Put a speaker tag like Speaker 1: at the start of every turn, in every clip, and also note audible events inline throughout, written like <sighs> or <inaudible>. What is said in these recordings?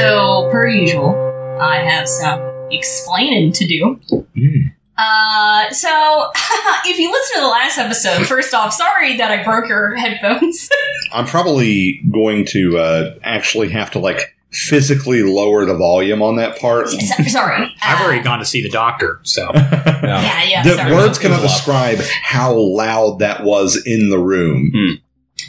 Speaker 1: per usual, I have some explaining to do.
Speaker 2: Hmm.
Speaker 3: Mm.
Speaker 1: Uh, so <laughs> if you listen to the last episode, first off, sorry that I broke your headphones. <laughs>
Speaker 3: I'm probably going to uh, actually have to like physically lower the volume on that part.
Speaker 1: So- sorry.
Speaker 2: I've
Speaker 1: Uh,
Speaker 2: already gone to see the doctor, so
Speaker 1: Yeah, yeah.
Speaker 3: the
Speaker 1: sorry.
Speaker 3: words cannot
Speaker 2: Wow.
Speaker 3: describe how loud that was in the room.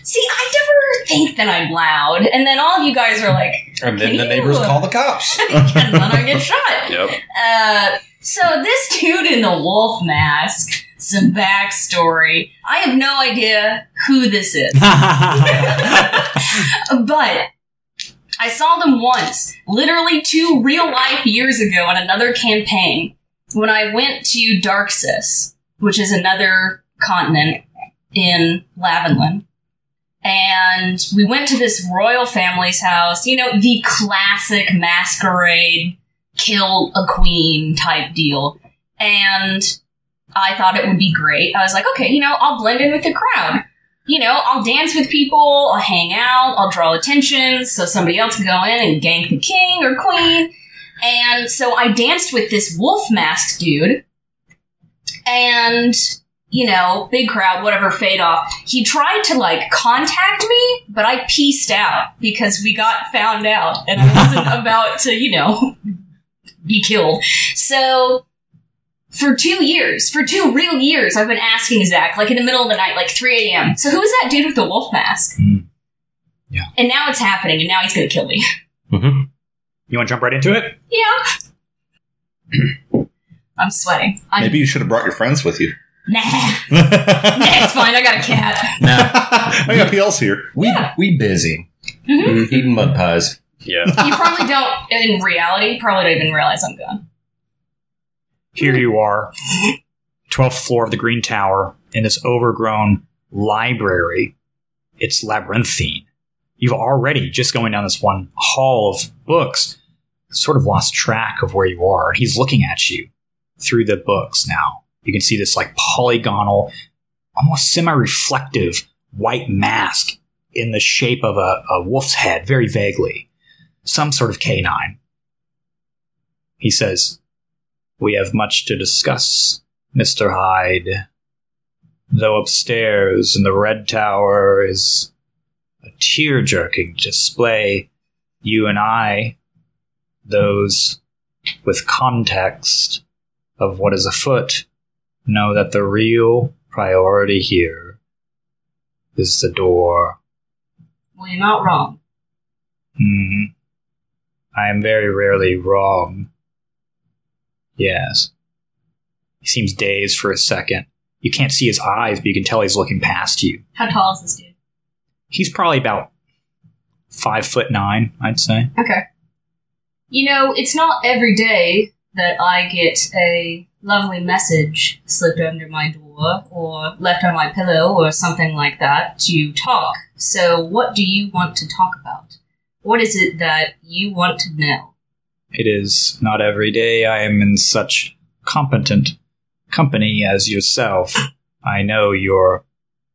Speaker 1: See, I never think that I'm loud, and then all you guys are like,
Speaker 4: And then the
Speaker 1: Ew.
Speaker 4: neighbors call the cops.
Speaker 1: <laughs> and then I get shot.
Speaker 4: <laughs> Yep.
Speaker 1: Uh, so this dude in the wolf mask, some backstory. I have no idea who this is, but I saw them once, literally two real life years ago in another campaign when I went to Darksis, which is another continent in Lavinland. And we went to this royal family's house, you know, the classic masquerade, kill a queen type deal. And I thought it would be great. I was like, okay, you know, I'll blend in with the crowd. You know, I'll dance with people, I'll hang out, I'll draw attention so somebody else can go in and gank the king or queen. And so I danced with this wolf mask dude. And you know, big crowd, whatever, fade off. He tried to like contact me, but I pieced out because we got found out and I
Speaker 2: <laughs>
Speaker 1: wasn't about to, you know, be killed. So for two years, for two real years, I've been asking Zach, like in the middle of the night, like 3 a.m. So who is that dude with the wolf mask?
Speaker 2: Hmm. Yeah.
Speaker 1: And now it's happening and now he's gonna kill me.
Speaker 2: <laughs> you want to jump right into it?
Speaker 1: yeah. I'm sweating. I'm,
Speaker 3: Maybe you should have brought your friends with
Speaker 4: <laughs>
Speaker 3: you.
Speaker 1: <laughs> Nah. nah, it's fine. I got a cat.
Speaker 4: Now
Speaker 3: I got PL's here.
Speaker 4: we
Speaker 1: Yeah.
Speaker 4: we busy
Speaker 1: hmm
Speaker 4: eating mud pies.
Speaker 5: Yeah.
Speaker 1: you probably don't in reality probably don't even realize i'm gone
Speaker 2: Here you are, twelfth floor of the Green Tower in this overgrown library. It's labyrinthine. You've already just going down this one hall of books, sort of lost track of where you are. And he's looking at you through the books now. You can see this like polygonal, almost semi-reflective white mask in the shape of a, a wolf's head, very vaguely. Some sort of canine. He says, we have much to discuss, Mr. Hyde. Though upstairs in the Red Tower is a tear jerking display, you and I, those with context of what is afoot, know that the real priority here is the door.
Speaker 1: well you're not wrong
Speaker 2: Hmm. I am very rarely wrong. Yes. He seems dazed for a second. You can't see his eyes, but you can tell he's looking past you.
Speaker 1: how tall is this dude
Speaker 2: He's probably about five foot nine, I'd say.
Speaker 1: okay you know it's not every day that i get a lovely message slipped under my door or left on my pillow or something like that to talk so what do you want to talk about what is it that you want to know
Speaker 2: It is not every day I am in such competent company as yourself. I know your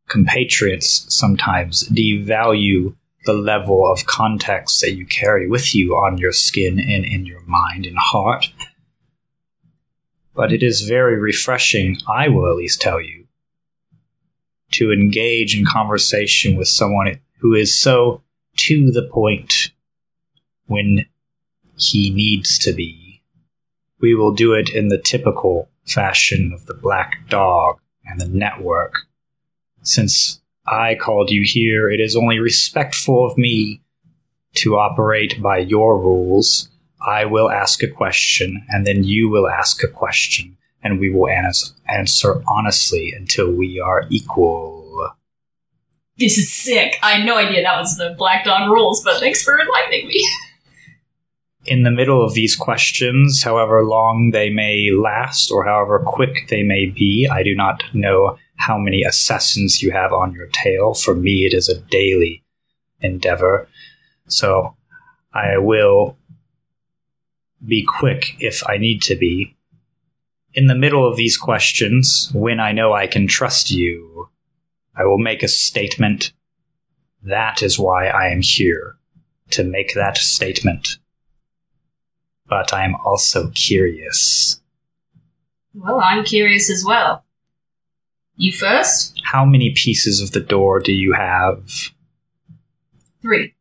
Speaker 2: compatriots sometimes devalue the level of context that you carry with you on your skin and in your mind and heart. But it is very refreshing, I will at least tell you, to engage in conversation with someone who is so to the point when he needs to be. We will do it in the typical fashion of the black dog and the network. Since I called you here, it is only respectful of me to operate by your rules. I will ask a question, and then you will ask a question, and we will ans- answer honestly until we are equal.
Speaker 1: this is sick i had no idea that was the black dog rules but thanks for enlightening me
Speaker 2: in the middle of these questions, however long they may last or however quick they may be, I do not know how many assassins you have on your tail. For me, it is a daily endeavor. So I will be quick if I need to be. In the middle of these questions, when I know I can trust you, I will make a statement. That is why I am here, to make that statement. but I am also curious.
Speaker 1: Well, I'm curious as well. You first?
Speaker 2: How many pieces of the door do you have?
Speaker 1: Three.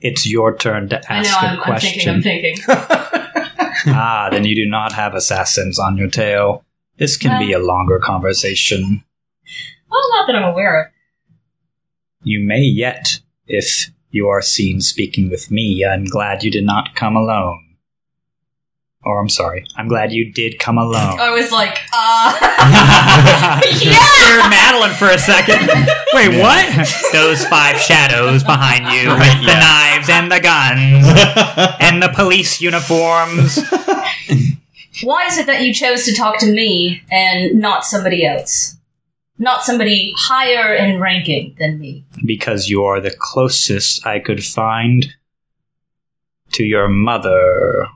Speaker 2: It's your turn to
Speaker 1: I
Speaker 2: ask
Speaker 1: know,
Speaker 2: a
Speaker 1: I'm, I'm thinking,
Speaker 2: question.
Speaker 1: I'm
Speaker 2: <laughs>
Speaker 1: thinking.
Speaker 2: ah, then you do not have assassins on your tail. This can be a longer conversation.
Speaker 1: Well, not that I'm aware of.
Speaker 2: You may yet, if you are seen speaking with me. I'm glad you did not come alone. Or I'm sorry, I'm glad you did come alone.
Speaker 1: I was like, <laughs> uh.
Speaker 6: Just
Speaker 1: Yeah!
Speaker 6: stared at Madeline for a second. Wait, what? Those five shadows behind you with the knives and the
Speaker 2: <laughs>
Speaker 6: guns and the police uniforms.
Speaker 1: Why is it that you chose to talk to me and not somebody else? Not somebody higher in ranking than me.
Speaker 2: because you are the closest I could find to your mother.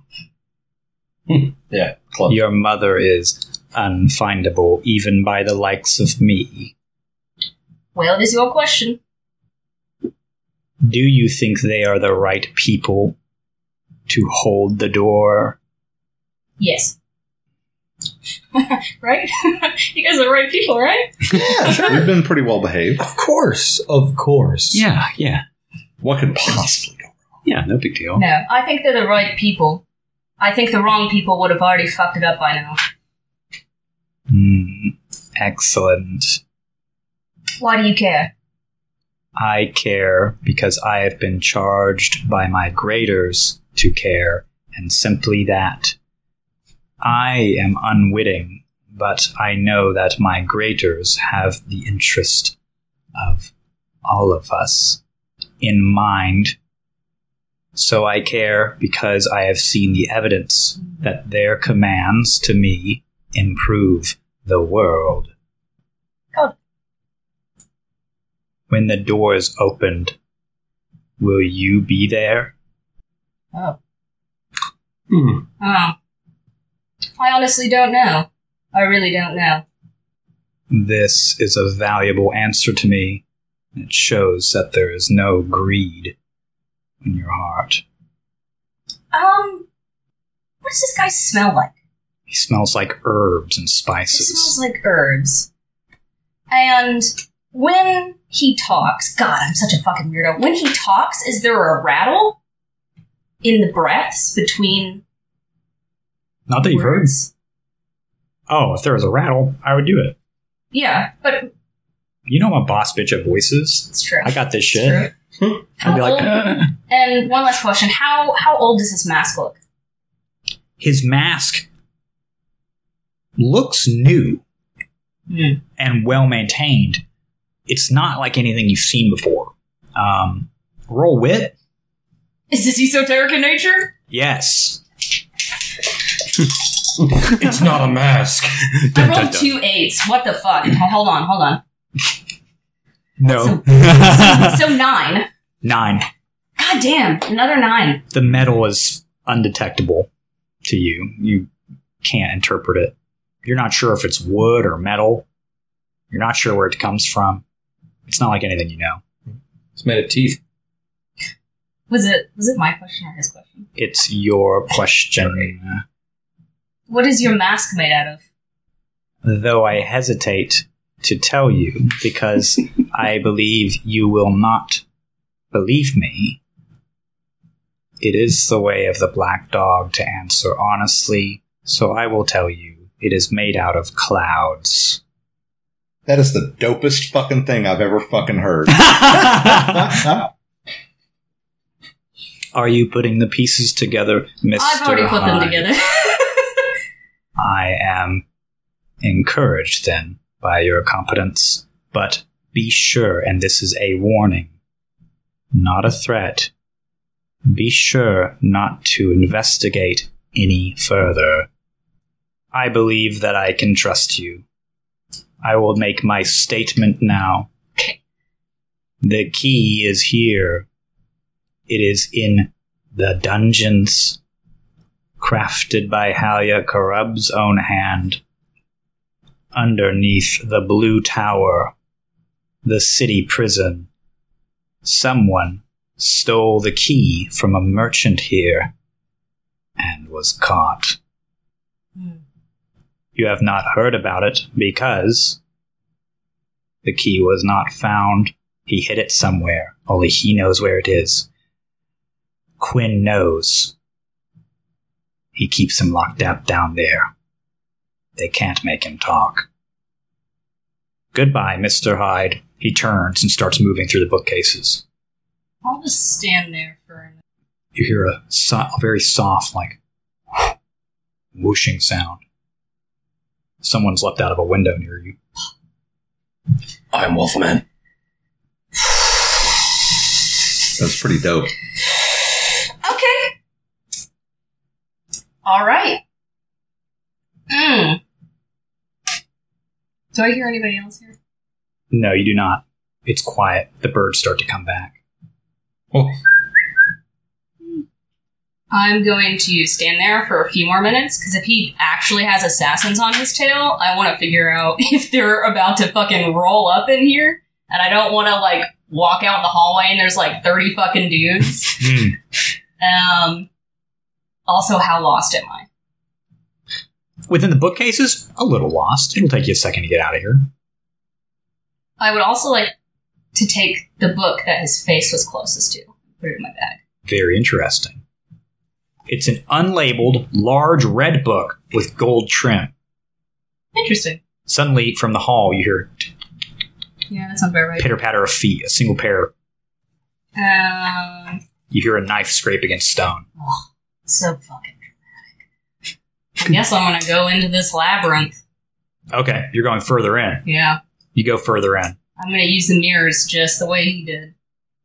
Speaker 4: yeah, close.
Speaker 2: Your mother is unfindable even by the likes of me.
Speaker 1: Well, it is your question.
Speaker 2: Do you think they are the right people to hold the door?
Speaker 1: Yes. <laughs> right? <laughs> you guys are the right people, right?
Speaker 4: Yeah, sure.
Speaker 3: We've been pretty well behaved.
Speaker 4: Of course, of course.
Speaker 6: Yeah, yeah,
Speaker 3: What could possibly go?
Speaker 6: yeah. No big deal.
Speaker 1: No, I think they're the right people. I think the wrong people would have already fucked it up by now.
Speaker 2: Hmm, excellent.
Speaker 1: Why do you care?
Speaker 2: I care because I have been charged by my graders to care, and simply that. I am unwitting, but I know that my graders have the interest of all of us in mind. So I care because I have seen the evidence that their commands to me improve the world.
Speaker 1: Oh.
Speaker 2: When the door is opened, will you be there?
Speaker 1: Oh.
Speaker 4: Hmm.
Speaker 1: Oh. I honestly don't know. I really don't know.
Speaker 2: This is a valuable answer to me. It shows that there is no greed in your heart.
Speaker 1: Um, what does this guy smell like?
Speaker 2: He smells like herbs and
Speaker 1: It smells
Speaker 2: spices.
Speaker 1: like herbs. And when he talks, God, I'm such a fucking weirdo. When he talks, is there a rattle in the breaths between
Speaker 2: Not that you've heard.
Speaker 1: words?
Speaker 2: Oh, if there was a rattle, I would do it.
Speaker 1: Yeah, but
Speaker 2: You know my boss bitch of voices.
Speaker 1: it's true.
Speaker 2: I got this
Speaker 1: It's
Speaker 2: shit.
Speaker 1: true.
Speaker 2: I'd
Speaker 1: How
Speaker 2: be like,
Speaker 1: old- and one last question: how how old does his mask look?
Speaker 2: <gasps> his mask looks new
Speaker 1: Hmm.
Speaker 2: and well maintained. It's not like anything you've seen before. Um, roll wit.
Speaker 1: Is this esoteric in
Speaker 2: <laughs>
Speaker 1: nature?
Speaker 2: Yes.
Speaker 4: It's not a mask.
Speaker 1: I rolled two eights. What the fuck? Oh, hold on, hold on.
Speaker 2: No.
Speaker 1: <laughs> So nine.
Speaker 2: Nine.
Speaker 1: God damn, another nine.
Speaker 2: The metal is undetectable to you. You can't interpret it. You're not sure if it's wood or metal. You're not sure where it comes from. It's not like anything you know.
Speaker 4: It's made of teeth.
Speaker 1: Was it was it my question or his question?
Speaker 2: It's your question.
Speaker 1: What is your mask made out of?
Speaker 2: though I hesitate to tell you because I believe you will not believe me. It is the way of the black dog to answer honestly, so I will tell you it is made out of clouds.
Speaker 1: <laughs>
Speaker 3: That is the dopest fucking thing I've ever fucking
Speaker 4: <laughs>
Speaker 3: heard.
Speaker 2: Are you putting the pieces together, mister
Speaker 1: I've already put them
Speaker 2: Hyde?
Speaker 1: together. <laughs>
Speaker 2: I am encouraged then by your competence, but be sure, and this is a warning, not a threat, be sure not to investigate any further. I believe that I can trust you. I will make my statement now. The key is here. It is in the dungeons crafted by Halia Karub's own hand. Underneath the Blue Tower, the city prison, someone stole the key from a merchant here and was caught.
Speaker 1: Hmm.
Speaker 2: You have not heard about it because the key was not found. He hid it somewhere. Only he knows where it is. Quinn knows. He keeps him locked up down there. They can't make him talk. Goodbye, Mr. Hyde. He turns and starts moving through the bookcases.
Speaker 1: I'll just stand there for a minute.
Speaker 2: you hear a, so- a very soft, like whooshing sound. Someone's leapt out of a window near you.
Speaker 4: I'm Wolfman.
Speaker 3: That's pretty dope.
Speaker 1: Okay. All right. Mm. Do I hear anybody else here?
Speaker 2: No, you do not. It's quiet. The birds start to come back.
Speaker 4: Oh.
Speaker 1: I'm going to stand there for a few more minutes because if he actually has assassins on his tail, I want to figure out <laughs> if they're about to fucking roll up in here, and I don't want to like walk out in the hallway and there's like thirty fucking dudes. <laughs> um. Also, how lost am I?
Speaker 2: Within the bookcases, a little lost. It'll take you a second to get out of here.
Speaker 1: I would also like to take the book that his face was closest to, put it in my bag.
Speaker 2: Very interesting. It's an unlabeled, large red book with gold trim.
Speaker 1: Interesting.
Speaker 2: Suddenly, from the hall, you hear
Speaker 1: Yeah, that sounds about right.
Speaker 2: pitter patter of feet, a single pair.
Speaker 1: Um,
Speaker 2: You hear a knife scrape against stone.
Speaker 1: so fucking dramatic. I guess I'm gonna go into this labyrinth.
Speaker 2: Okay, you're going further in.
Speaker 1: Yeah,
Speaker 2: You go further in.
Speaker 1: I'm gonna use the mirrors just the way he did.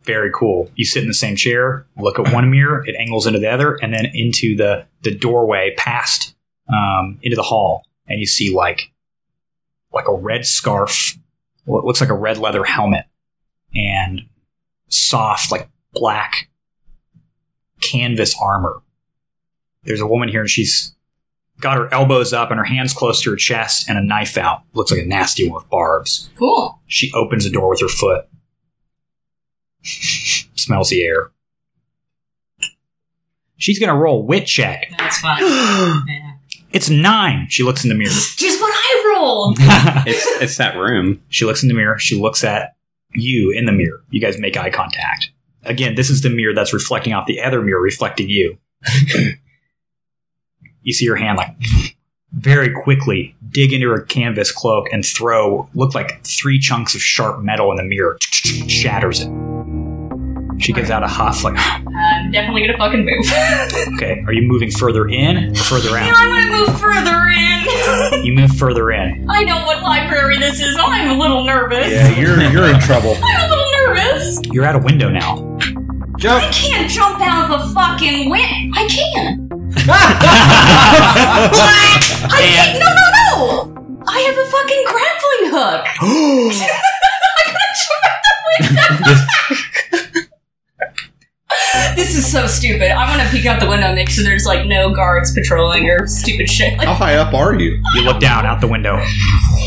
Speaker 2: Very cool. You sit in the same chair, look at one mirror, it angles into the other, and then into the, the doorway past um, into the hall, and you see like like a red scarf, what looks like a red leather helmet, and soft like black canvas armor. There's a woman here, and she's got her elbows up and her hands close to her chest, and a knife out. Looks like a nasty one with barbs.
Speaker 1: Cool.
Speaker 2: She opens the door with her foot. <laughs> Smells the air. She's gonna roll wit check.
Speaker 1: That's fine. yeah.
Speaker 2: It's nine. She looks in the mirror.
Speaker 1: Just what I rolled.
Speaker 3: It's it's that room.
Speaker 2: she looks in the mirror. She looks at you in the mirror. You guys make eye contact. Again, this is the mirror that's reflecting off the other mirror, reflecting you. <laughs> you see her hand like very quickly dig into her canvas cloak and throw look like three chunks of sharp metal in the mirror, shatters it. She gives out a huff like,
Speaker 1: I'm definitely gonna fucking move.
Speaker 2: <sighs>
Speaker 1: <laughs>
Speaker 2: okay, are you moving further in or further
Speaker 1: Yeah,
Speaker 2: out?
Speaker 1: I'm gonna move further in. <laughs>
Speaker 2: You move further in.
Speaker 1: I know what library this is. I'm a little nervous.
Speaker 3: Yeah, you're you're in trouble.
Speaker 1: I'm a little nervous.
Speaker 2: You're at a window
Speaker 3: <laughs>
Speaker 2: now.
Speaker 1: I can't jump out of a fucking win. I can. I can't. No, no, no. I have a fucking grappling
Speaker 2: <gasps>
Speaker 1: hook. <laughs> I gotta jump out the window. This is so stupid. I'm gonna peek out the window and make sure there's like no guards patrolling or stupid shit. Like,
Speaker 3: How high up are you?
Speaker 2: You look down out the window.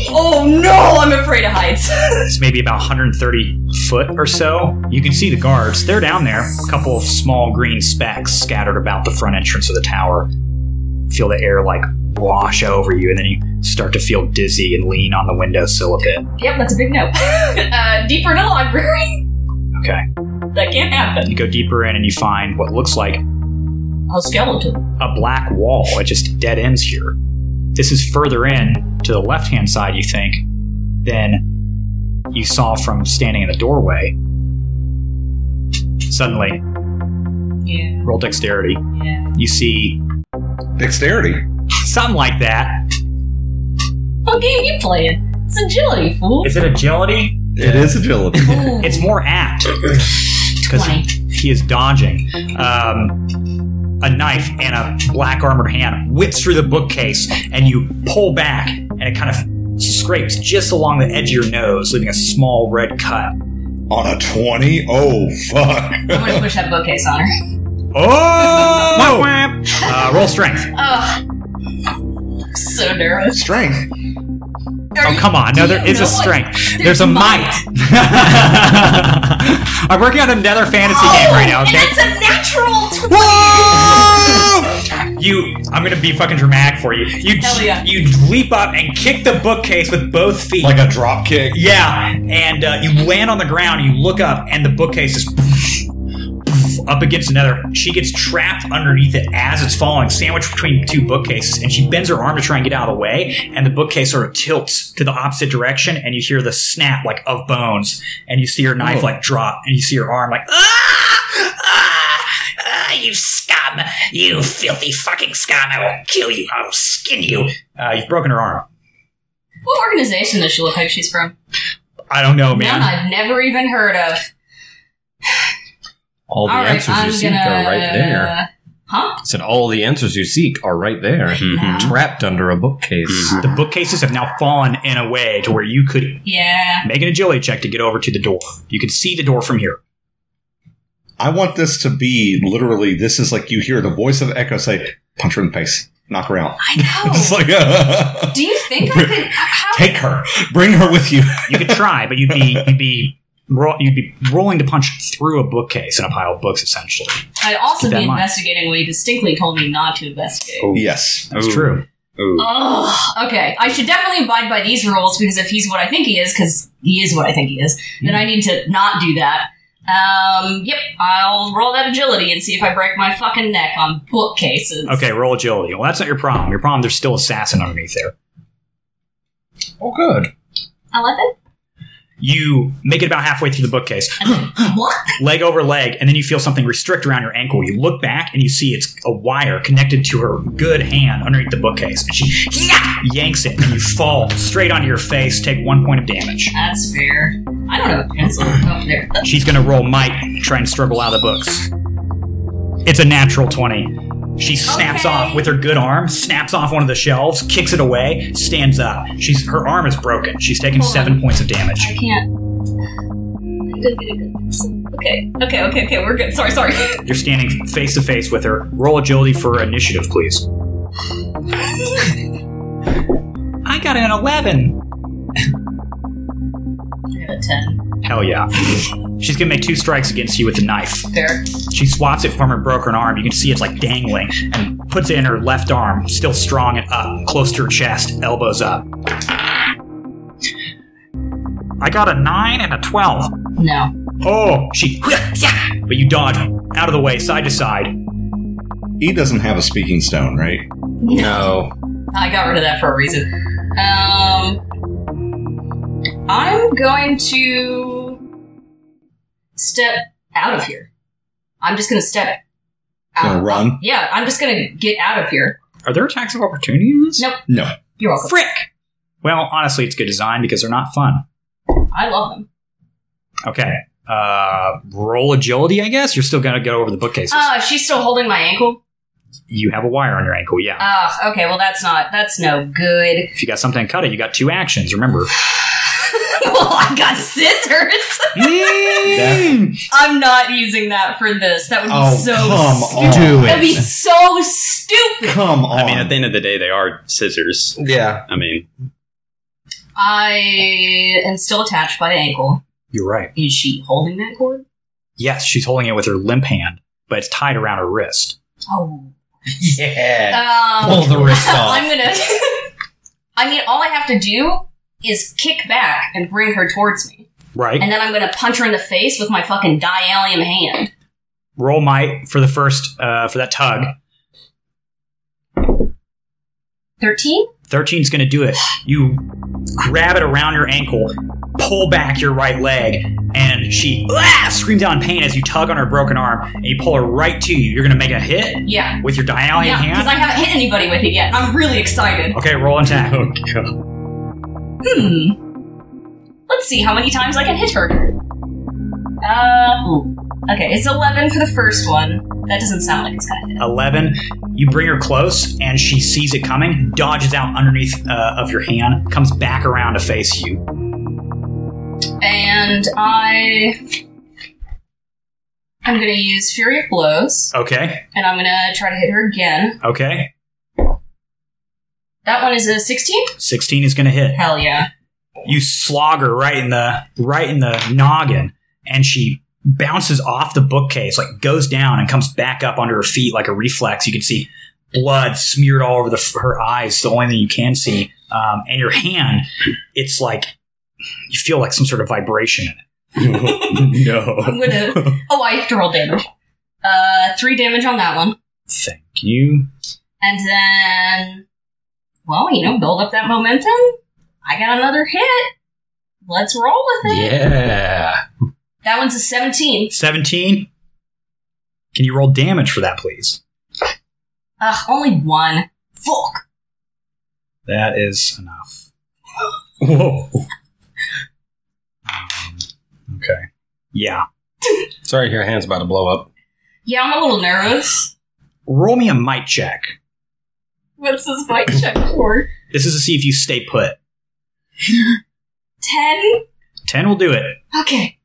Speaker 1: oh no, I'm afraid of heights. <laughs>
Speaker 2: It's maybe about 130 foot or so. You can see the guards. They're down there. A couple of small green specks scattered about the front entrance of the tower. Feel the air like wash over you, and then you start to feel dizzy and lean on the windowsill a bit.
Speaker 1: yep, that's a big no. <laughs> uh, deeper in a library?
Speaker 2: Okay.
Speaker 1: That can't happen.
Speaker 2: You go deeper in and you find what looks like
Speaker 1: A skeleton.
Speaker 2: a black wall. It just dead ends here. This is further in to the left hand side, you think, than you saw from standing in the doorway. Suddenly,
Speaker 1: Yeah,
Speaker 2: roll dexterity.
Speaker 1: yeah.
Speaker 2: You see
Speaker 3: Dexterity.
Speaker 2: something like that.
Speaker 1: What game you playing? It's agility, fool.
Speaker 2: it agility?
Speaker 3: It is agility.
Speaker 1: Ooh,
Speaker 2: It's more apt because
Speaker 1: twenty.
Speaker 2: he is dodging. Um, a knife and a black armored hand whips through the bookcase, and you pull back, and it kind of scrapes just along the edge of your nose, leaving a small red cut.
Speaker 3: On a twenty? Oh fuck.
Speaker 1: I'm gonna push that bookcase on her.
Speaker 2: Oh! uh, roll strength.
Speaker 1: Ugh. I'm so nervous.
Speaker 3: Strength.
Speaker 1: Are
Speaker 2: Oh,
Speaker 1: you-
Speaker 2: come on. No,
Speaker 1: do
Speaker 2: there
Speaker 1: you
Speaker 2: is a
Speaker 1: know what-
Speaker 2: strength. There's, a might. <laughs> I'm
Speaker 1: Oh,
Speaker 2: working on another fantasy game right now,
Speaker 1: and
Speaker 2: okay?
Speaker 1: it's a natural tw-
Speaker 3: Whoa!
Speaker 2: you. I'm gonna be fucking dramatic for you. You
Speaker 1: Hell yeah.
Speaker 2: you leap up and kick the bookcase with both feet.
Speaker 3: Like a drop kick.
Speaker 2: yeah, and uh, you land on the ground. You look up, and the bookcase is up against another. She gets trapped underneath it as it's falling, sandwiched between two bookcases, and she bends her arm to try and get out of the way, and the bookcase sort of tilts to the opposite direction, and you hear the snap like of bones, and you see her knife like drop, and you see her arm like ah, ah, ah you scum, you filthy fucking scum, I will kill you, I will skin you. Uh, you've broken her arm.
Speaker 1: What organization does she look like she's from?
Speaker 2: I don't know, Oh, man.
Speaker 1: None I've never even heard of.
Speaker 4: All the
Speaker 1: All right,
Speaker 4: answers
Speaker 1: I'm
Speaker 4: you seek
Speaker 1: gonna.
Speaker 4: are right there.
Speaker 1: Huh?
Speaker 4: I said all the answers you seek are right there, trapped under a bookcase.
Speaker 2: the bookcases have now fallen in a way to where you could
Speaker 1: Yeah.
Speaker 2: make an agility check to get over to the door. You can see the door from here.
Speaker 3: I want this to be literally. This is like you hear the voice of Echo say, "Punch her in the face, knock her out."
Speaker 1: I know.
Speaker 3: <laughs> It's like <laughs>
Speaker 1: Do you think I could? How?
Speaker 3: take her, bring her with you.
Speaker 2: You could try, but you'd be you'd be ro- you'd be rolling to punch through a bookcase and a pile of books, essentially.
Speaker 1: I'd also
Speaker 2: Keep that
Speaker 1: be
Speaker 2: in mind.
Speaker 1: investigating what he distinctly told me not to investigate.
Speaker 7: Oh.
Speaker 3: yes,
Speaker 2: That's
Speaker 4: Ooh.
Speaker 2: true.
Speaker 4: Ooh.
Speaker 1: Ugh, okay. I should definitely abide by these rules because if he's what I think he is, because he is what I think he is, then I need to not do that. Um, yep, I'll roll that agility and see if I break my fucking neck on bookcases.
Speaker 2: Okay, roll agility. Well, that's not your problem. Your problem there's still assassin underneath there.
Speaker 4: Oh, good.
Speaker 1: 11?
Speaker 2: You make it about halfway through the bookcase,
Speaker 1: what?
Speaker 2: leg over leg, and then you feel something restrict around your ankle. You look back and you see it's a wire connected to her good hand underneath the bookcase, and she yanks it, and you fall straight onto your face. Take one point of damage.
Speaker 1: That's fair. I don't have a pencil. Oh, there.
Speaker 2: She's gonna roll might, try and struggle out of the books. It's a natural 20. She snaps
Speaker 1: Okay.
Speaker 2: off with her good arm, snaps off one of the shelves, kicks it away, stands up. She's her arm is broken. She's taken
Speaker 1: Hold
Speaker 2: seven
Speaker 1: on.
Speaker 2: points of
Speaker 1: I
Speaker 2: damage.
Speaker 1: can't. I didn't get a good pencil. Okay, okay, okay, okay, we're good. Sorry, sorry.
Speaker 2: You're standing face to face with her. Roll agility for
Speaker 1: <laughs>
Speaker 2: initiative, please. I got an 11.
Speaker 1: I got a 10.
Speaker 2: Hell yeah. She's gonna make two strikes against you with the knife.
Speaker 1: Fair.
Speaker 2: She swats it from her broken arm. You can see it's like dangling and puts it in her left arm, still strong and up, close to her chest, elbows up. I got a 9 and a 12.
Speaker 1: No.
Speaker 2: Oh, she. But you dodge out of the way, side to side.
Speaker 3: he doesn't have a speaking stone, right?
Speaker 4: No.
Speaker 1: I got rid of that for a reason. Um, I'm going to step out of here. I'm just going to step out.
Speaker 3: Gonna run?
Speaker 1: Yeah, I'm just going to get out of here.
Speaker 2: Are there attacks of opportunity in this?
Speaker 1: No.
Speaker 3: No.
Speaker 1: You're welcome.
Speaker 2: Frick! Well, honestly, it's good design because they're not fun.
Speaker 1: I love them.
Speaker 2: Okay. Uh, roll agility, I guess. You're still gonna go over the bookcases.
Speaker 1: Uh, she's still holding my ankle.
Speaker 2: you have a wire on your ankle, yeah.
Speaker 1: Ah, okay. Well, that's not. That's no good. <laughs>
Speaker 2: if you got something to cut it, you got two actions. Remember.
Speaker 1: well, Oh, I got scissors. I'm not using that for this. That would be
Speaker 3: Oh,
Speaker 1: so.
Speaker 3: come
Speaker 1: stupid.
Speaker 3: on. Do
Speaker 1: That'd be so stupid.
Speaker 3: Come on.
Speaker 7: I mean,
Speaker 3: <laughs>
Speaker 7: at the end of the day, they are scissors.
Speaker 4: Mm-hmm. Yeah.
Speaker 7: I mean,
Speaker 1: I am still attached by the ankle.
Speaker 2: You're right.
Speaker 1: Is she holding that cord?
Speaker 2: Yes, she's holding it with her limp hand, but it's tied around her wrist.
Speaker 1: Oh.
Speaker 4: Yeah.
Speaker 1: Um,
Speaker 4: Pull
Speaker 1: <laughs>
Speaker 4: the wrist off.
Speaker 1: I'm gonna. I mean, all I have to do is kick back and bring her towards me,
Speaker 2: Right?
Speaker 1: and then I'm gonna punch her in the face with my fucking diallium hand.
Speaker 2: Roll might for the first uh, for that tug.
Speaker 1: Thirteen.
Speaker 2: 13's going to do it. You grab it around your ankle, pull back your right leg, and she ah, screams out in pain as you tug on her broken arm and you pull her right to you. You're going to make a hit
Speaker 1: Yeah.
Speaker 2: with your dialing
Speaker 1: yeah. Because
Speaker 2: hand.
Speaker 1: I haven't hit anybody with it yet. I'm really excited.
Speaker 2: okay, roll and attack.
Speaker 1: Hmm. Let's see how many times I can hit her. Uh. ooh. Okay, it's eleven for the first one. That doesn't sound like it's gonna hit.
Speaker 2: 11. You bring her close, and she sees it coming, dodges out underneath uh, of your hand, comes back around to face you.
Speaker 1: and I I'm gonna use Fury of Blows,
Speaker 2: Okay,
Speaker 1: and I'm gonna try to hit her again.
Speaker 2: okay.
Speaker 1: That one is a 16.
Speaker 2: 16 is going to hit.
Speaker 1: Hell yeah!
Speaker 2: You slog her right in the right in the noggin, and she bounces off the bookcase, like goes down and comes back up under her feet like a reflex. You can see blood smeared all over the, her eyes, the only thing you can see. Um, and your hand, it's like you feel like some sort of vibration in it.
Speaker 1: I'm
Speaker 4: no.
Speaker 1: gonna. Oh, I have to roll damage. Uh, three damage on that one,
Speaker 8: Thank you.
Speaker 1: and then, well, you know, build up that momentum. I got another hit. Let's roll with it.
Speaker 4: Yeah.
Speaker 1: That one's a 17.
Speaker 2: 17. Can you roll damage for that, please?
Speaker 1: Ugh, only one. Fuck.
Speaker 8: That is enough.
Speaker 2: Whoa.
Speaker 8: Okay.
Speaker 2: Um, Yeah.
Speaker 4: Sorry, your hand's about to blow up.
Speaker 1: Yeah, I'm a little nervous.
Speaker 2: Roll me a might check.
Speaker 1: What's this mic check for?
Speaker 2: This is to see if you stay put.
Speaker 1: 10?
Speaker 2: 10 will do it.
Speaker 1: Okay.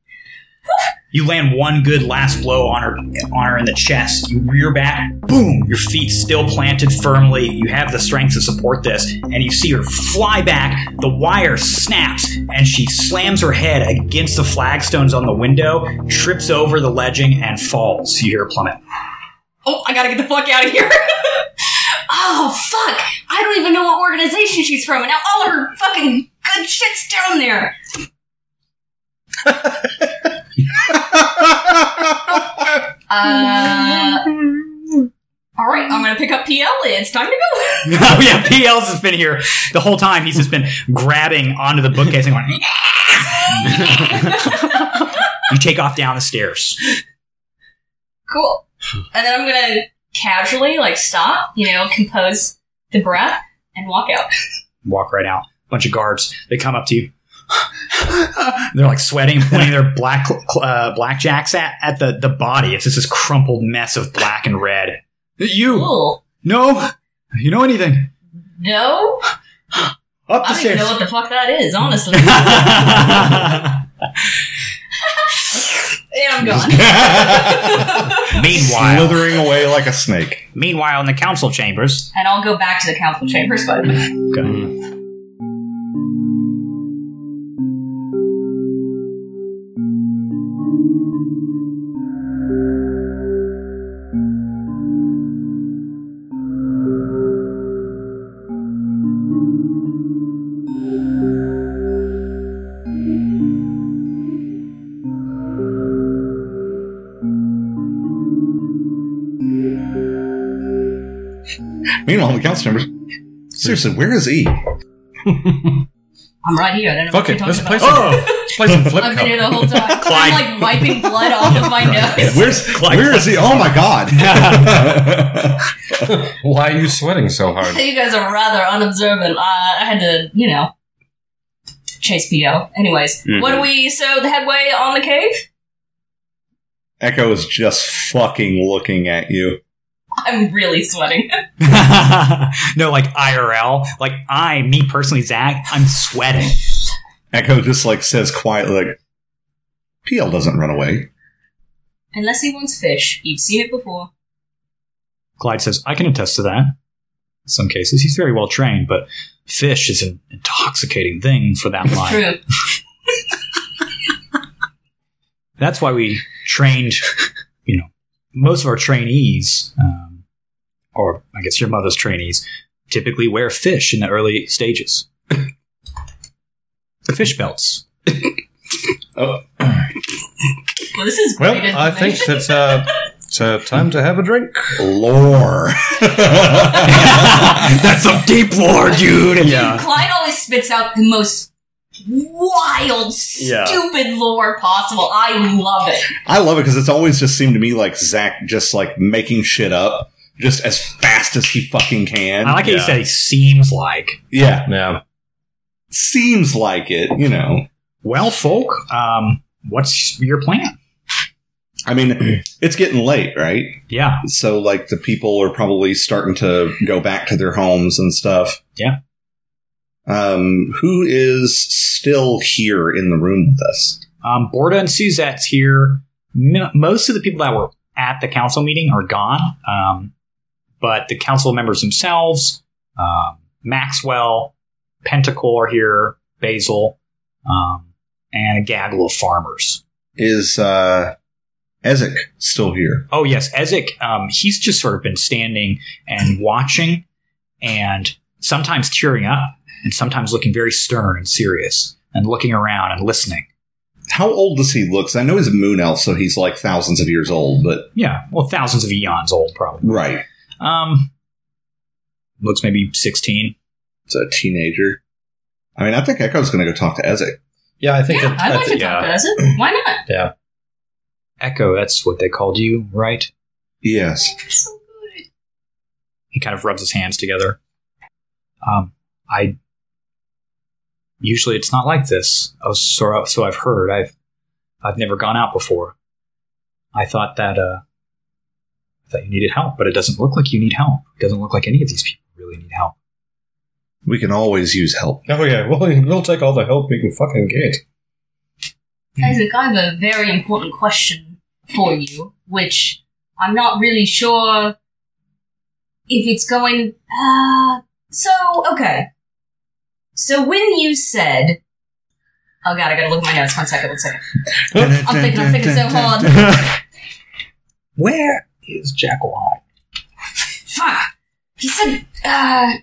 Speaker 2: You land one good last blow on her, on her in the chest. You rear back, boom, your feet still planted firmly. You have the strength to support this, and you see her fly back. The wire snaps, and she slams her head against the flagstones on the window, trips over the ledging, and falls. You hear her plummet.
Speaker 1: Oh, I gotta get the fuck out of here. <laughs> oh, fuck. I don't even know what organization she's from, and now all her fucking good shit's down there. Uh. Alright, I'm gonna pick up PL. It's time to go. <laughs>
Speaker 2: oh <laughs> yeah, PL's has been here the whole time. He's just been grabbing onto the bookcase and going. you take off down the stairs.
Speaker 1: cool. And then I'm gonna casually like stop, you know, compose the breath and walk out.
Speaker 2: Walk right out. Bunch of guards. They come up to you. They're like sweating, pointing their black uh, blackjacks at, at the, the body. It's just this crumpled mess of black and red. You
Speaker 1: Cool.
Speaker 2: no, you know anything?
Speaker 1: No,
Speaker 2: Up the
Speaker 1: I don't even know
Speaker 2: stairs.
Speaker 1: what the fuck that is,
Speaker 4: <laughs>
Speaker 1: honestly. and I'm gone.
Speaker 2: meanwhile,
Speaker 3: slithering away like a snake.
Speaker 2: meanwhile in the council chambers,
Speaker 1: and I'll go back to the council chambers, but
Speaker 2: <laughs>
Speaker 1: Mm.
Speaker 3: Meanwhile, the council members. Seriously, where is E?
Speaker 1: I'm right here. I don't know
Speaker 4: Fuck
Speaker 1: what
Speaker 4: it.
Speaker 1: you're
Speaker 4: Let's
Speaker 1: talking
Speaker 4: play
Speaker 1: about. Oh!
Speaker 4: some, let's play
Speaker 1: <laughs>
Speaker 4: some flip
Speaker 1: I've been here the
Speaker 4: cup.
Speaker 1: whole
Speaker 4: <laughs>
Speaker 1: time.
Speaker 2: Clyde.
Speaker 1: I'm like wiping blood off of my nose.
Speaker 3: Where's where is he? Oh my
Speaker 7: <laughs>
Speaker 3: god!
Speaker 4: Why are you sweating so hard?
Speaker 1: <laughs> you guys are rather unobservant. Uh, I had to, you know, chase PO. Anyways,
Speaker 4: Mm-hmm.
Speaker 7: Mhm.
Speaker 1: what do we? So the headway on the cave. <laughs>
Speaker 3: Echo is just fucking looking at you.
Speaker 1: I'm really sweating. <laughs>
Speaker 2: <laughs> no, like IRL. Like I, me personally, Zach, I'm sweating.
Speaker 3: Echo just like says quietly, like, "PL doesn't run away."
Speaker 1: Unless he wants fish, you've seen it before.
Speaker 2: Clyde says, I can attest to that. In some cases, he's very well trained, but fish is an intoxicating thing for that line.
Speaker 1: True.
Speaker 2: That's why we trained, you know, most of our trainees, um, or I guess your mother's trainees, typically wear fish in the early stages. Fish belts.
Speaker 1: Well, this is great.
Speaker 4: Well, I think
Speaker 1: information.
Speaker 4: that's uh, it's uh, time to have a drink.
Speaker 3: Lore.
Speaker 2: <laughs>
Speaker 3: <laughs>
Speaker 2: That's some deep lore, dude.
Speaker 1: <laughs> Dude, Clyde always spits out the most wild,
Speaker 3: Yeah.
Speaker 1: stupid lore possible. I love it.
Speaker 3: I love it because it's always just seemed to me like Zach just like making shit up just as fast as he fucking can.
Speaker 2: I like how you
Speaker 4: Yeah.
Speaker 2: said he seems like.
Speaker 3: yeah,
Speaker 4: Yeah.
Speaker 3: seems like it. You know,
Speaker 2: Well, folk, um, what's your plan?
Speaker 3: I mean, it's getting late, right?
Speaker 2: Yeah.
Speaker 3: So like the people are probably starting to go back to their homes and stuff.
Speaker 2: Yeah.
Speaker 3: Um, who is still here in the room with us?
Speaker 2: Um, Borda and Suzette's here. M- Most of the people that were at the council meeting are gone, um, but the council members themselves, um, Maxwell, Pentacle are here, Basil, um, and a gaggle of farmers.
Speaker 3: Is uh Ezek still here?
Speaker 2: Oh yes, Ezek. Um, he's just sort of been standing and watching, and sometimes tearing up, and sometimes looking very stern and serious, and looking around and listening.
Speaker 3: How old does he look? 'Cause I know he's a moon elf, so he's like thousands of years old, but
Speaker 2: Yeah, well, thousands of eons old, probably.
Speaker 3: right.
Speaker 2: Um, looks maybe sixteen.
Speaker 3: It's a teenager. I mean, I think Echo's going to go talk to Ezek.
Speaker 4: Yeah, I think
Speaker 1: Yeah,
Speaker 4: that-
Speaker 1: I'd like
Speaker 4: that's
Speaker 1: to
Speaker 4: it.
Speaker 1: talk to Ezra. Why
Speaker 4: <laughs>
Speaker 1: not?
Speaker 2: Echo, that's what they called you, right?
Speaker 3: Yes.
Speaker 1: So good.
Speaker 2: He kind of rubs his hands together. Um, I usually it's not like this. Oh, so, so I've heard. I've I've never gone out before. I thought that uh, I thought you needed help, but it doesn't look like you need help. It doesn't look like any of these people really need help.
Speaker 3: We can always use help.
Speaker 4: Oh yeah, <laughs> well we'll take all the help we can fucking get.
Speaker 1: Isaac, I have a very important question for you, which I'm not really sure if it's going. Uh, so, okay. So, when you said. Oh god, I gotta look at my notes. One second, one second. I'm thinking, I'm thinking so hard.
Speaker 2: Where is Jackal Eye?
Speaker 1: <laughs> Fuck! He said, uh.